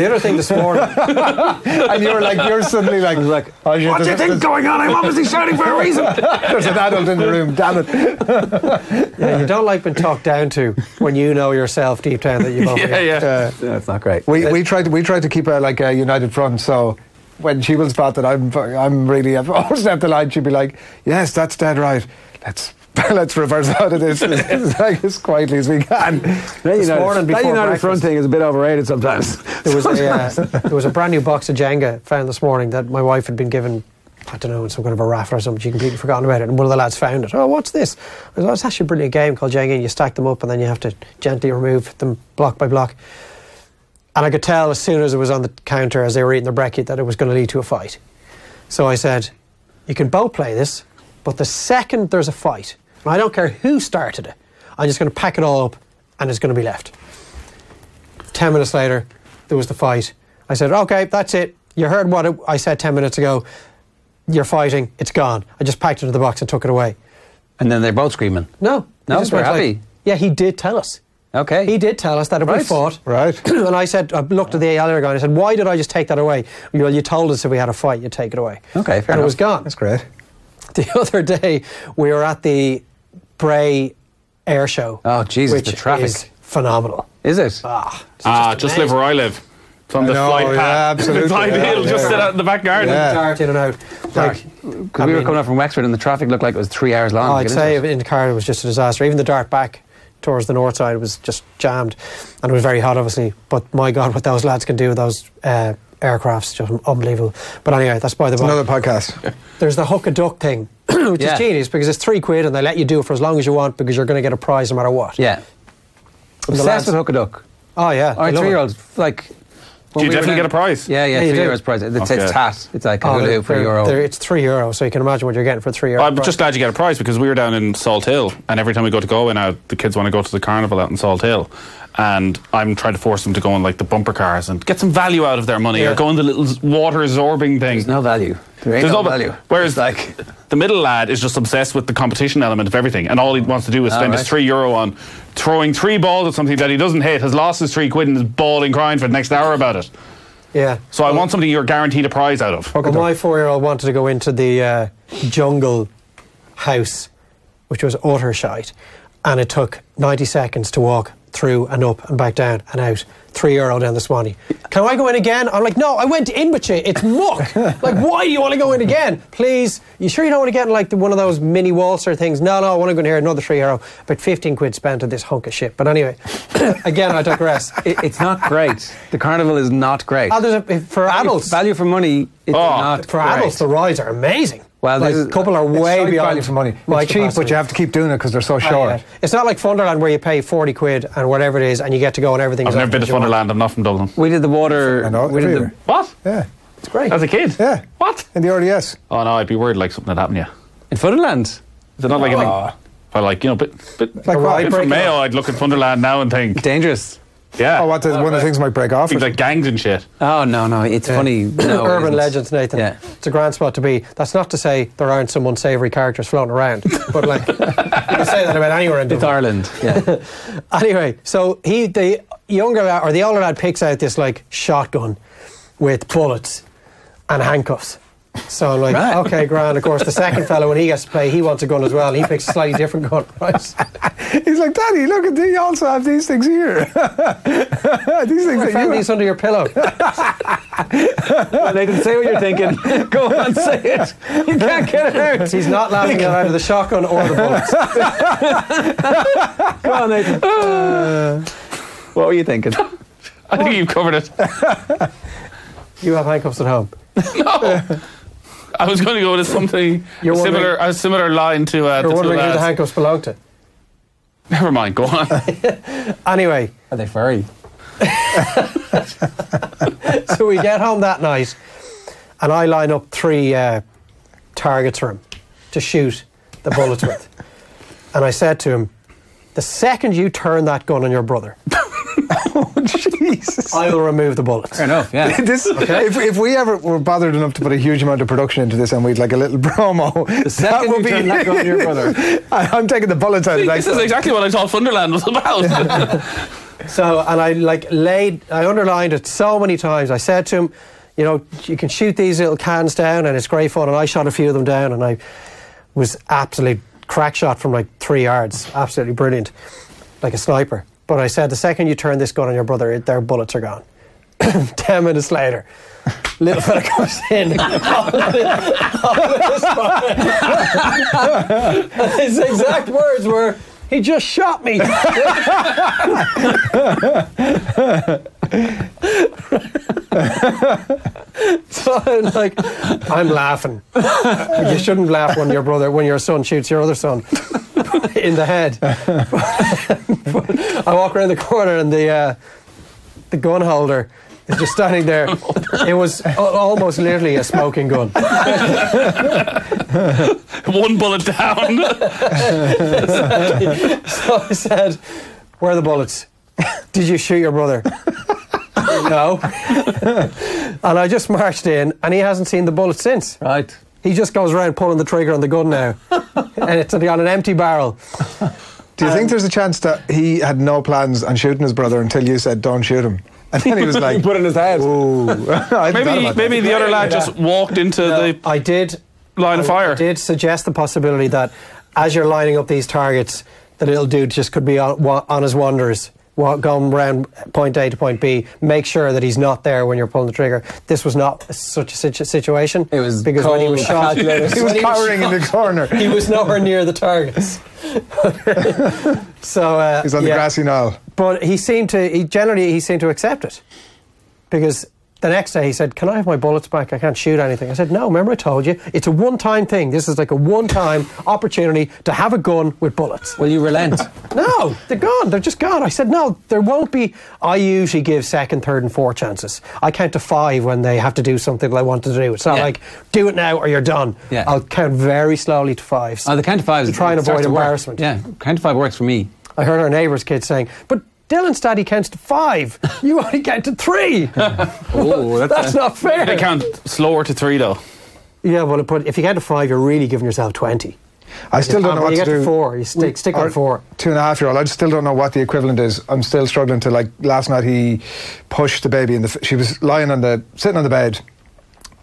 E: other thing this morning,
B: and you're like, you're suddenly like, like oh, shit,
C: What's
B: there's,
C: you think
B: there's,
C: going on? I'm obviously shouting for a reason.
B: there's an adult in the room. Damn it!
E: yeah, you don't like being talked down to when you know yourself deep down that you've
D: yeah,
E: overreacted.
D: yeah.
C: That's not great.
B: We we tried to, we tried to keep a like a united front. So when she will spot that I'm I'm really I've overstepped the line, she'd be like, yes, that's dead right. Let's. Let's reverse out of this as, like, as quietly as we can.
E: This morning
C: that
E: before
C: United
E: breakfast.
C: Front thing is a bit overrated sometimes.
E: There was a uh, there was a brand new box of Jenga found this morning that my wife had been given. I don't know, in some kind of a raffle or something. She completely forgotten about it, and one of the lads found it. Oh, what's this? I was, oh, it's actually a brilliant game called Jenga. And you stack them up, and then you have to gently remove them block by block. And I could tell as soon as it was on the counter, as they were eating their brekkie, that it was going to lead to a fight. So I said, "You can both play this, but the second there's a fight, and I don't care who started it, I'm just going to pack it all up, and it's going to be left." 10 minutes later, there was the fight. I said, okay, that's it. You heard what it, I said 10 minutes ago. You're fighting. It's gone. I just packed it in the box and took it away.
C: and then they're both screaming.
E: No.
C: No,
E: He just
C: they're
E: went
C: happy.
E: yeah, he did tell us.
C: Okay.
E: He did tell us that if we
C: Right.
E: fought.
B: Right.
E: and I said, I looked at the earlier guy and I said, why did I just take that away? Well, you told us if we had a fight, you'd take it away.
C: Okay, fair
E: And
C: enough.
E: it was gone
B: That's great.
E: the other day we were at the Bray Air Show.
C: Oh, Jesus,
E: which
C: the traffic.
E: is phenomenal.
C: Is it?
E: Ah, it's
D: Ah, just live
E: amazing.
D: where I live. It's on
B: I
D: the
B: know,
D: flight
B: yeah,
D: path.
B: absolutely,
D: Flight
B: yeah,
D: hill, just
B: yeah.
D: sit out in the back garden.
B: Yeah.
E: Dart in and out. Like,
C: Because we were
E: mean-
C: coming up from Wexford and the traffic looked like it was three hours long.
E: Oh,
C: to
E: I'd
C: get
E: say
C: into it.
E: in the car it was just a disaster. Even the dart back towards the north side was just jammed, and it was very hot, obviously. But my God, what those lads can do with those uh, aircrafts just unbelievable. But anyway, that's by the by.
B: Another podcast.
E: There's the hook a duck thing, which
C: Yeah.
E: is genius because it's three quid and they let you do it for as long as you want because you're going to get a prize no matter what.
C: Yeah.
E: And the
C: Obsessed
E: lads-
C: with hook a duck.
E: Oh yeah. I
C: Our
E: love it.
C: three year olld, like. when
D: you
C: were
D: definitely
C: down-
D: get a prize?
C: Yeah, yeah,
E: Yeah, you
C: three
E: do.
C: euros prize. It's, it's
D: Okay.
C: tat. It's like a
E: Oh, they're-
C: Hulu for a
E: they're-
C: euro.
E: they're- It's three euro, so you can imagine what you're getting for three euro.
D: I'm just glad you get a prize because we were down in Salt Hill, and every time we go to go in, uh, the kids want to go to the carnival out in Salt Hill, and I'm trying to force them to go in like the bumper cars and get some value out of their money, or
E: Yeah.
D: go in the little water absorbing thing.
C: There's no value. There ain't
D: There's
C: no,
D: no-
C: value.
D: Whereas,
C: It's like.
D: like, the middle lad is just obsessed with the competition element of everything, and all he wants to do is
C: Ah,
D: spend his
C: right.
D: three euro on throwing three balls at something that he doesn't hit, has lost his three quid, and is bawling crying for the next hour about it.
E: yeah.
D: So I want something you're guaranteed a prize out of.
E: Well, my four-year-old wanted to go into the uh, jungle house, which was utter shite, and it took 90 seconds to walk through and up and back down and out. Three euro down the Swanee. Can I go in again? I'm like, no, I went in with you. It's muck. like, why do you want to go in again? Please. You sure you don't want to get in like the, one of those mini waltzer things? No, no, I want to go in here. Another three euro. But 15 quid spent on this hunk of shit. But anyway, again, I digress.
C: It, it's not great. The carnival is not great.
E: Oh, there's a- for
C: Value-
E: adults.
C: value for money. It's
D: Oh,
C: not
E: For
C: great.
E: adults, the rides are amazing.
C: Well,
E: like,
C: there's-
E: a couple are
B: It's
E: way
B: like
E: beyond
B: value for money.
E: my
B: It's cheap, but
E: capacity.
B: you have to keep doing it because they're so short.
E: Yeah. It's not like Wonderland where you pay forty quid and whatever it is, and you get to go and everything.
D: I've
E: is
D: never
E: open
D: been
E: as
D: to
E: you want.
D: Wonderland. I'm not from Dublin.
C: We did the water.
B: I know,
C: we did the,
B: everywhere.
D: What?
B: Yeah,
E: It's great.
D: As a kid?
B: yeah.
D: What?
B: In the RDS.
D: Oh no, I'd be worried like something had happened to you.
C: in Funderland.
D: Is it not like
E: Oh.
C: Ah.
D: anything? Well, like you know, but but
B: Like what?
D: being from Mayo, I'd look at Wonderland now and
C: Oh,
D: think,
C: Dangerous.
D: yeah,
B: Oh, what? The, one of the things might break off.
D: things like gangs and shit.
C: Oh no no! It's funny. No, it
E: Urban
C: isn't.
E: legends, Nathan.
C: Yeah.
E: It's a grand spot to be. That's not to say there aren't some unsavoury characters floating around, but like you can say that about anywhere in
C: It's
E: Dublin.
C: Ireland. Yeah.
E: Anyway, so he the younger lad, or the older lad picks out this like shotgun with bullets and handcuffs. So I'm like,
C: Right.
E: okay, grand. Of course, the second fellow when he gets to play, he wants a gun as well. And he picks a slightly different gun, right?
B: He's like, Daddy, look at these. You also have these things here. these things
E: I
B: that you
E: found these under your pillow.
C: they can say what you're thinking. Go on, say it. You can't get it out.
E: He's not laughing at either the shotgun or the bullets.
C: Go on, Nathan. what were you thinking?
D: I think you've covered it.
E: You have handcuffs at home.
D: I was going to go to something
E: You're
D: a
E: wondering-
D: similar, a similar line to uh, the
E: You're
D: two
E: wondering who the
D: lads.
E: handcuffs belong to.
D: Never mind. Go on.
E: Anyway,
C: Are they furry?
E: so we get home that night, and I line up three uh, targets for him to shoot the bullets with. And I said to him, the second you turn that gun on your brother,
B: Jesus.
E: I will remove the bullets.
C: Fair enough. Yeah.
B: This, if, if we ever were bothered enough to put a huge amount of production into this and we'd like a little promo,
C: second you turn that gun on your brother.
B: I, I'm taking the bullets out of that.
D: this is exactly what I thought Funderland was about.
E: So, and I like laid, I underlined it so many times. I said to him, you know, you can shoot these little cans down and it's great fun. And I shot a few of them down and I was absolute crack shot from like three yards. Absolutely brilliant. Like a sniper. But I said, the second you turn this gun on your brother, it, their bullets are gone. Ten minutes later, little fella comes in. His exact words were, he just shot me. So I'm like, I'm laughing. you shouldn't laugh when your brother, when your son shoots your other son in the head. I walk around the corner and the uh, the gun holder is just standing there. It was a- almost literally a smoking gun.
D: One bullet down.
E: So I said, "Where are the bullets? Did you shoot your brother?" no. and I just marched in, and he hasn't seen the bullet since.
C: Right.
E: He just goes around pulling the trigger on the gun now, and it's on an empty barrel.
B: Do you think there's a chance that he had no plans on shooting his brother until you said, don't shoot him? And then he was like,
C: Put it in his head.
B: Ooh. I hadn't thought
D: maybe
B: about
D: maybe the other lad just walked into the
E: I did
D: line of
E: I-
D: fire.
E: I did suggest the possibility that as you're lining up these targets, the little dude just could be on, wa- on his wanders, wa- going round point A to point B. Make sure that he's not there when you're pulling the trigger. This was not such a situ- situation.
C: It was
E: because when he was
C: cold,
E: shot,
C: calculated.
B: that. He was
E: when
B: cowering in the corner.
E: He was nowhere near the targets. so uh,
B: He's on the
E: yeah.
B: grassy knoll.
E: But he seemed to, he generally, he seemed to accept it. Because the next day he said, Can I have my bullets back? I can't shoot anything. I said, No, remember I told you, it's a one time thing. This is like a one time opportunity to have a gun with bullets.
C: Will you relent?
E: No, they're gone. They're just gone. I said, No, there won't be. I usually give second, third, and four chances. I count to five when they have to do something that I want to do. It's not
C: Yeah.
E: like, Do it now or you're done.
C: Yeah.
E: I'll count very slowly to fives.
C: Oh, the count of five.
E: To try and
C: it starts
E: avoid
C: to work.
E: embarrassment.
C: Yeah, count of five works for me.
E: I heard our neighbour's kid saying, but Dylan's daddy counts to five. You only count to three.
C: Oh,
E: That's
C: that's,
E: not
D: They
E: fair.
D: count slower to three though.
E: Yeah, well, but if you count to five, you're really giving yourself 20.
B: I still
E: Ah,
B: don't know
E: when
B: what
E: you
B: to
E: get to
B: do.
E: four, you stick-
B: We-
E: stick on
B: or
E: four.
B: Two and a half year old. I still don't know what the equivalent is. I'm still struggling to like. Last night he pushed the baby in the. f- She was lying on the sitting on the bed,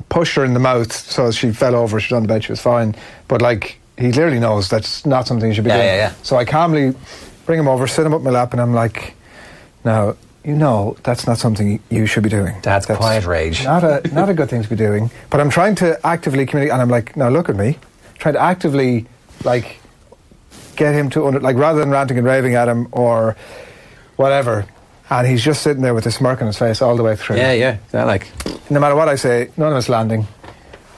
B: pushed her in the mouth so she fell over. She was on the bed. She was fine, but like he clearly knows that's not something you should be
C: Yeah,
B: doing.
C: yeah, yeah.
B: So I calmly bring him over, sit him up in my lap, and I'm like, Now, you know that's not something you should be doing.
A: Dad's quiet rage.
B: Not a not a good thing to be doing. But I'm trying to actively communicate, and I'm like, now look at me, trying to actively like get him to under, like rather than ranting and raving at him or whatever. And he's just sitting there with a smirk on his face all the way through.
C: Yeah, yeah. That like
B: No matter what I say, none of it's landing.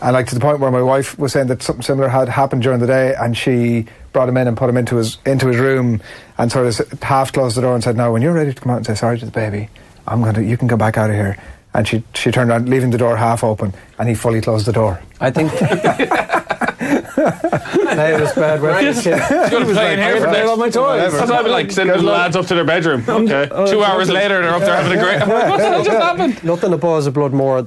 B: And like to the point where my wife was saying that something similar had happened during the day, and she brought him in and put him into his into his room, and sort of s- half closed the door and said, "Now, when you're ready to come out and say sorry to the baby, I'm going to you can go back out of here." And she she turned around, leaving the door half open, and he fully closed the door.
C: I think
E: Hey, it was bad weather.
D: It's going to play in here for
B: "Right,
D: this.
B: all my toys."
D: That's what I'd be like sending the lads up to their bedroom. Okay.
B: Oh,
D: Two hours later, they're up there having a great. What the hell just happened?
E: Nothing abhors a blood more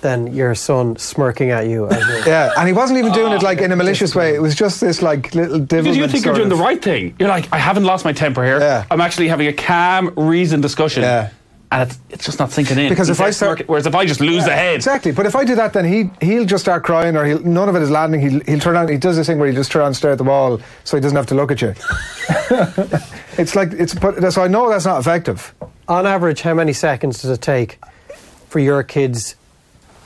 E: than your son smirking at you. as you-
B: Yeah, and he wasn't even doing it like in a malicious way. It was just this like little divilment.
D: Oh, Because you think you're
B: sort
D: doing the
B: of-
D: right thing. You're like, I haven't lost my temper here.
B: Yeah.
D: I'm actually having a calm, reasoned discussion.
B: Yeah.
D: And it's, it's just not sinking in.
B: Because if I
D: It's
B: start-
D: market- Whereas if I just lose the head.
B: Exactly, but if I do that, then he he'll just start crying, or he'll, none of it is landing. He'll, he'll turn around. He does this thing where he just turns around and stare at the wall, so he doesn't have to look at you. it's like it's. But, so I know that's not effective.
E: On average, how many seconds does it take for your kid's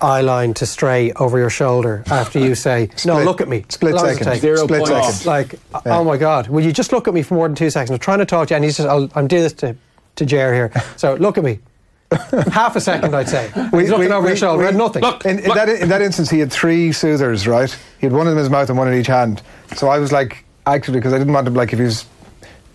E: eye line to stray over your shoulder after you say, "No,
B: Split-
E: look at me"?
B: Split
E: How long does it
B: second.
E: take?
B: Split
A: point
B: second.
E: Like, oh my God, will you just look at me for more than two seconds? I'm trying to talk to you, and he's just, I'll, I'm doing this to, to Jer here. So look at me. Half a second, I'd say.
B: We-
E: he's looking
B: we-
E: over
B: we-
E: your shoulder
B: we-
E: and nothing.
D: Look.
B: In, in that in that instance, he had three soothers. Right, he had one in his mouth and one in each hand. So I was like actively because I didn't want him like if he was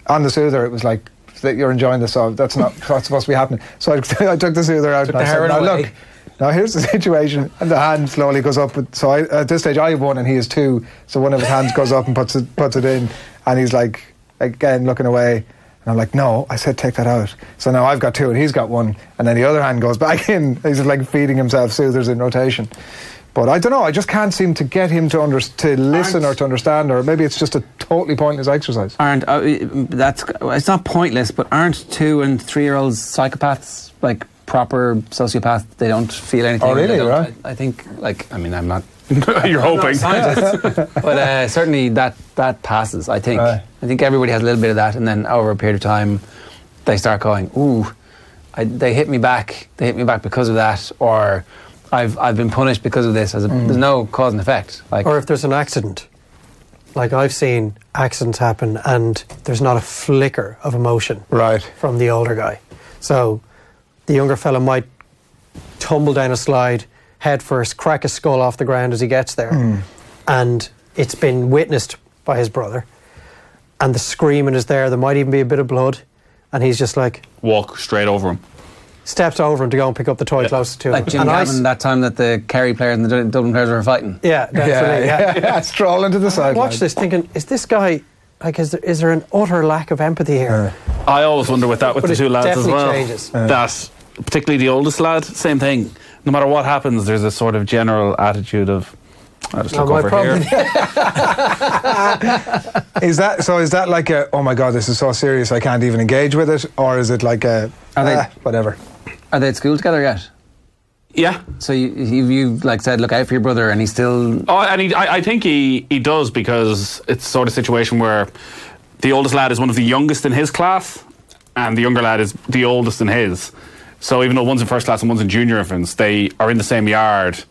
B: on the soother, it was like. That you're enjoying this, so that's not that's supposed to be happening. So I, I took the soother out and I
C: the
B: said,
C: heroin
B: "Now
C: away."
B: look, now here's the situation." And the hand slowly goes up. With, so I, at this stage, I have one and he has two. So one of his hands goes up and puts it puts it in, and he's like again looking away. And I'm like, "No, I said take that out." So now I've got two and he's got one, and then the other hand goes back in. He's just like feeding himself soothers in rotation. But I don't know. I just can't seem to get him to under, to listen or to understand, or maybe it's just a totally pointless exercise.
C: aren't uh, that's it's not pointless, but aren't two and three year olds psychopaths like proper sociopaths? They don't feel anything.
B: Oh,
C: They
B: really,
C: don't-
B: right?
C: I, I think like I mean I'm not
D: you're hoping.
C: but uh, certainly that that passes. I think.
B: Aye.
C: I think everybody has a little bit of that, and then over a period of time, they start going, "Ooh, I, they hit me back. They hit me back because of that," or "I've I've been punished because of this." As a, There's no cause and effect. Like
E: Or if there's an accident. Like I've seen accidents happen and there's not a flicker of emotion
B: Right.
E: from the older guy. So the younger fella might tumble down a slide head first, crack his skull off the ground as he gets there. And it's been witnessed by his brother. And the screaming is there. There might even be a bit of blood. And he's just like,
D: Walk straight over him.
E: steps over him to go and pick up the toy closest to him.
C: like Jim
E: and I
C: Gavin
E: s-
C: that time that the Kerry players and the Dub- Dublin players were fighting.
E: Yeah, definitely. yeah.
B: yeah. Strolling to the side.
E: watch this thinking, is this guy like is there, is there an utter lack of empathy
B: Uh.
E: here?
D: I always wonder with that with
E: But
D: the
E: it
D: two lads as
E: definitely
D: well.
E: changes.
D: That particularly the oldest lad, same thing. No matter what happens, there's a sort of general attitude of. I just
E: Not
D: look
E: my
D: over
E: problem.
D: here.
B: Is that so? Is that like a oh my god, this is so serious, I can't even engage with it, or is it like a
C: Are they-
B: "Ah, whatever?
C: Are they at school together yet?
D: yeah.
C: So you, you you like said, look out for your brother, and he's still
D: Oh, and he, I, I think he, he does because it's sort of situation where the oldest lad is one of the youngest in his class, and the younger lad is the oldest in his. So even though one's in first class and one's in junior infants, they are in the same yard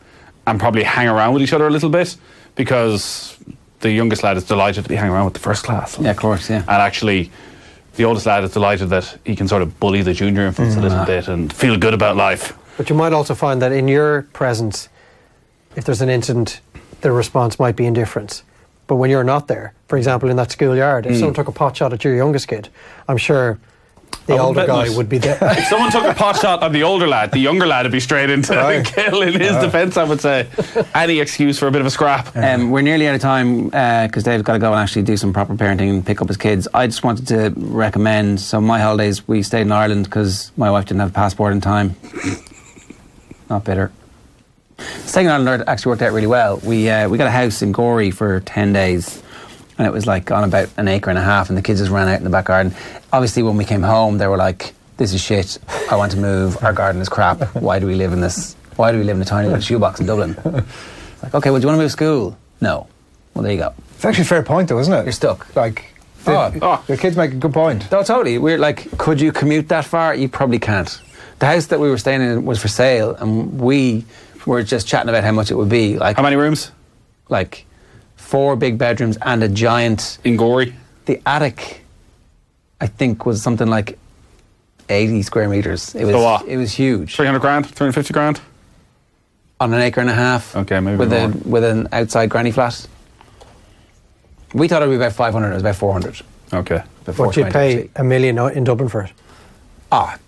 D: and probably hang around with each other a little bit because the youngest lad is delighted to be hanging around with the first class.
C: Yeah, of course, yeah.
D: And actually, the oldest lad is delighted that he can sort of bully the junior infants a little bit and feel good about life.
E: But you might also find that in your presence, if there's an incident, the response might be indifference. But when you're not there, for example, in that schoolyard,
D: Hmm.
E: if someone took a pot shot at your youngest kid, I'm sure the
D: I wouldn't
E: older
D: bet
E: guy
D: much.
E: would be there.
D: If someone took a pot shot on the older lad, the younger lad would be straight into
B: Right.
D: the kill. In his defence, I would say any excuse for a bit of a scrap.
C: Um, we're nearly out of time uh, because Dave's got to go and actually do some proper parenting and pick up his kids. I just wanted to recommend. So my holidays, we stayed in Ireland because my wife didn't have a passport in time. Not bitter. Staying in Ireland actually worked out really well. We uh, we got a house in Gorey for ten days, and it was like on about an acre and a half, and the kids just ran out in the back garden. Obviously, when we came home, they were like, "This is shit. I want to move. Our garden is crap. Why do we live in this? Why do we live in a tiny little shoebox in Dublin?" It's like, okay, well, do you want to move to school? No. Well, there you go.
B: It's actually a fair point, though, isn't it?
C: You're stuck.
B: Like, The,
D: Oh.
B: Your kids make a good point.
C: No, totally. We're like, could you commute that far? You probably can't. The house that we were staying in was for sale, and we were just chatting about how much it would be. Like,
D: How many rooms?
C: like four big bedrooms and a giant.
D: In Gory?
C: The attic, I think, was something like eighty square meters. It was.
D: So what?
C: It was huge
D: 300 grand? 350 grand?
C: on an acre and a half.
D: Okay, maybe
C: with a
D: more.
C: with an outside granny flat. We thought it would be about five hundred. It was about four hundred.
D: Okay.
E: But you'd pay a million o- in Dublin for it.
C: Ah,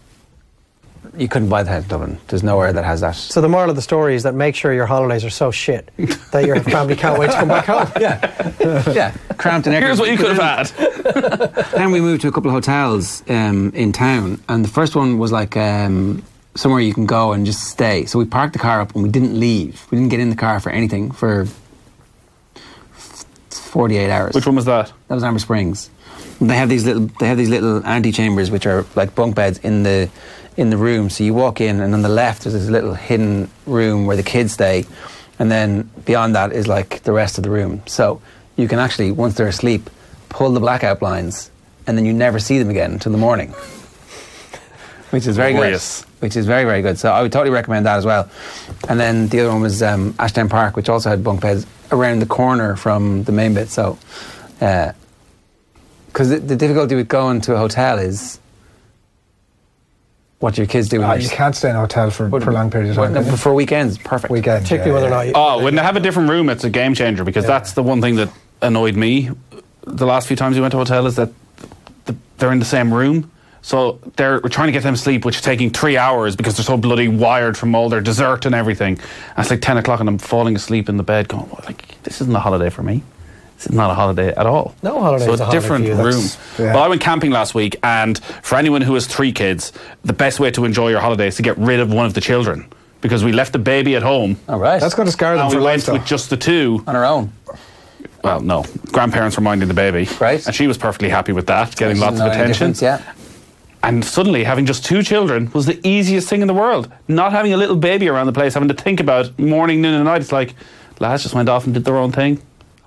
C: you couldn't buy the house in Dublin. There's nowhere that has that.
E: So the moral of the story is that make sure your holidays are so shit that your family can't wait to come back home.
C: yeah, yeah. Cramped in everything.
D: Here's what you could have had.
C: Then we moved to a couple of hotels um, in town, and the first one was like um, somewhere you can go and just stay. So we parked the car up and we didn't leave. We didn't get in the car for anything for f- forty-eight hours.
D: Which one was that?
C: That was Amber Springs. They have these little they have these little antechambers which are like bunk beds in the in the room. So you walk in and on the left there's this little hidden room where the kids stay and then beyond that is like the rest of the room. So you can actually once they're asleep pull the blackout blinds and then you never see them again until the morning. Which is very
D: Glorious.
C: good. Which is very very good. So I would totally recommend that as well. And then the other one was um, Ashdown Park, which also had bunk beds around the corner from the main bit. So, because the, the difficulty with going to a hotel is what do your kids do. when
B: Ah,
C: they're
B: you
C: s-
B: can't stay in a hotel for
C: what-
B: prolonged periods of
C: what-
B: time.
C: no,
B: can you?
C: but for weekends, perfect.
B: Weekend.
E: Particularly
B: yeah,
E: whether or
B: yeah.
E: not you,
D: Oh, when they have a different room, it's a game changer because that's the one thing that annoyed me the last few times we went to a hotel is that th- they're in the same room. So they're we're trying to get them sleep, which is taking three hours because they're so bloody wired from all their dessert and everything. And it's like 10 o'clock and I'm falling asleep in the bed going, well, like, this isn't a holiday for me. This is not a holiday at all.
E: No holiday
D: So
E: is a
D: a
E: holiday
D: different
E: for you.
D: room.
E: That's-
B: yeah.
D: Well, I went camping last week, and for anyone who has three kids, the best way to enjoy your holiday is to get rid of one of the children because we left the baby at home.
C: All
E: Oh,
C: right.
B: That's going to scar them
D: And
B: for
D: we
B: life,
D: went
B: though.
D: with just the two.
C: on our own.
D: Well, no, grandparents were minding the baby,
C: Right.
D: And she was perfectly happy with that, getting
C: Doesn't
D: lots of
C: know any
D: attention.
C: difference, Yeah.
D: And suddenly, having just two children was the easiest thing in the world. Not having a little baby around the place, having to think about morning, noon, and night. It's like lads just went off and did their own thing.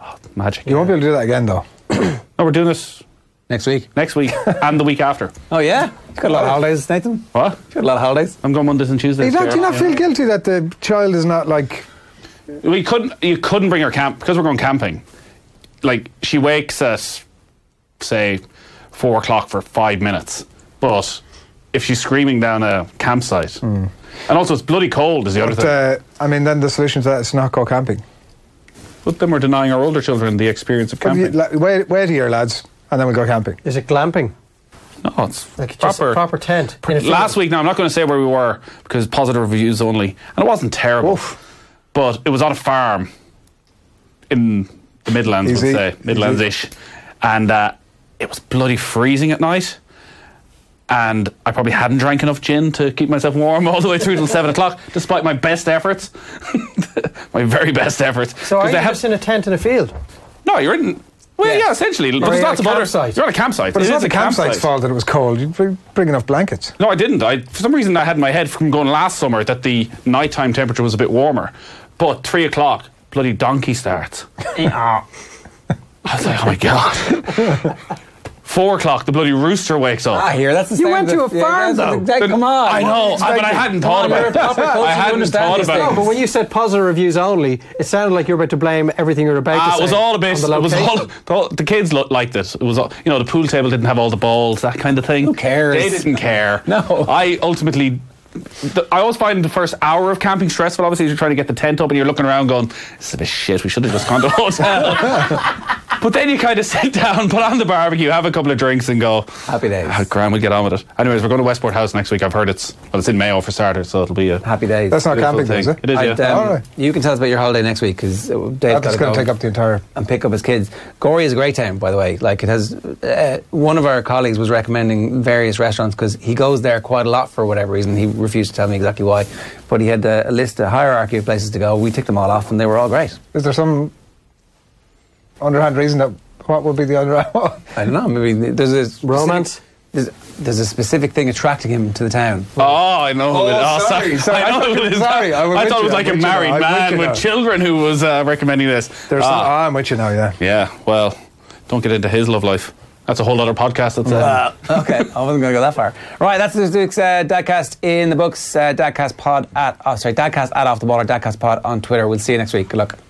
D: Oh, magic.
B: You won't be able to do that again, though.
D: no, we're doing this
C: Next week.
D: next week and the week after.
C: Oh yeah. You've got a lot of holidays, Nathan. You've
D: What?
C: got a lot of holidays.
D: I'm going Mondays and Tuesdays.
B: You don't, do you
D: Sarah.
B: not feel guilty that the child is not like.
D: we couldn't you couldn't bring her camp because we're going camping like she wakes at say four o'clock for five minutes but if she's screaming down a campsite and also it's bloody cold is the other
B: But,
D: thing
B: uh, I mean, then the solution to that is not go camping.
D: but then we're denying our older children the experience of
B: But you-
D: camping
B: like, wait, wait here, lads, and then we'll go camping.
E: is it glamping?
D: no it's
E: Like just
D: proper
E: a proper tent. in a field.
D: last week now i'm not going to say where we were because positive reviews only and it wasn't terrible but it was on a farm in the midlands
B: Easy.
D: we'll say
B: Easy.
D: midlands-ish and uh, it was bloody freezing at night and I probably hadn't drank enough gin to keep myself warm all the way through till seven o'clock, despite my best efforts, my very best efforts.
E: So are
D: 'Cause
E: you
D: they have-
E: just in a tent in a field?
D: no, you're in. Well,
C: Yeah.
D: yeah, essentially, there's
E: you're at
D: lots of
E: a
D: other.
E: campsite.
D: You're on a campsite,
B: But it's
D: It
B: not
D: is
B: the
D: a
B: campsite's fault that it was cold. You bring, bring enough blankets.
D: No, I didn't. I for some reason I had in my head from going last summer that the nighttime temperature was a bit warmer, but three o'clock, bloody donkey starts. I was like, oh my god. Four o'clock, the bloody rooster wakes up.
C: Ah, here. That's the.
E: You
C: sound
E: went
C: of
E: to a
C: it. Yeah,
E: farm,
C: that's the-
E: though.
C: that-
D: But
C: come on.
D: I know, I- but I hadn't thought
C: Come on,
D: about
C: you're
D: it.
C: a proper coach,
D: I
C: you
D: hadn't
C: understand
D: thought
C: these
D: about
E: No,
D: it.
C: things.
E: but when you said positive reviews only, it sounded like you were about to blame everything you were about
D: Ah,
E: to
D: it was
E: say
D: all a bit.
E: on the
D: It was all
E: location.
D: the, all- the kids lo- liked it. It was all, you know the pool table didn't have all the balls, that kind of thing. Who
C: cares?
D: They didn't care.
C: No.
D: I ultimately. th I always find the first hour of camping stressful. Obviously, you're trying to get the tent up and you're looking around, going, "This is a bit shit. We should have just gone to a hotel." but then you kind of sit down, put on the barbecue, have a couple of drinks, and go,
C: Happy days.
D: "Ah, grand, we'll get on with it." Anyways, we're going to Westport House next week. I've heard it's well, it's in Mayo for starters, so it'll be a
C: Happy days.
B: That's not
D: beautiful
B: camping,
D: thing.
B: is it?
D: It is,
C: I'd,
D: yeah.
C: um,
B: All right.
C: You can tell us about your holiday next week because Dave's
B: That's
C: got
B: going to
C: to
B: take up the entire.
C: and pick up his kids. Gory is a great town, by the way. Like it has, uh, one of our colleagues was recommending various restaurants because he goes there quite a lot for whatever reason. He refused to tell me exactly why, but he had uh, a list, a hierarchy of places to go. We ticked them all off, and they were all great.
B: Is there some underhand reason that what would be the underhand?
C: I don't know. Maybe there's a specific-
E: Romance?
C: There's, there's a specific thing attracting him to the town.
D: Oh, I know. who it, oh,
B: sorry,
D: sorry,
B: sorry.
D: I know
B: I'm
D: who it is.
B: sorry, I'm
D: I
B: with
D: thought
B: you,
D: it was
B: I'm
D: like a
B: with you now,
D: married
B: I'm with
D: man
B: you
D: with
B: now.
D: children who was uh, recommending this.
B: There's some,
D: Ah,
B: ah, I'm with you now, yeah.
D: yeah. Well, don't get into his love life. That's a whole other podcast. That's
C: Uh, okay, I wasn't going to go that far. Right, that's this week's uh, Dadcast in the books. Uh, Dadcast pod at, oh, sorry, Dadcast at Off the Ball or Dadcast pod on Twitter. We'll see you next week. Good luck.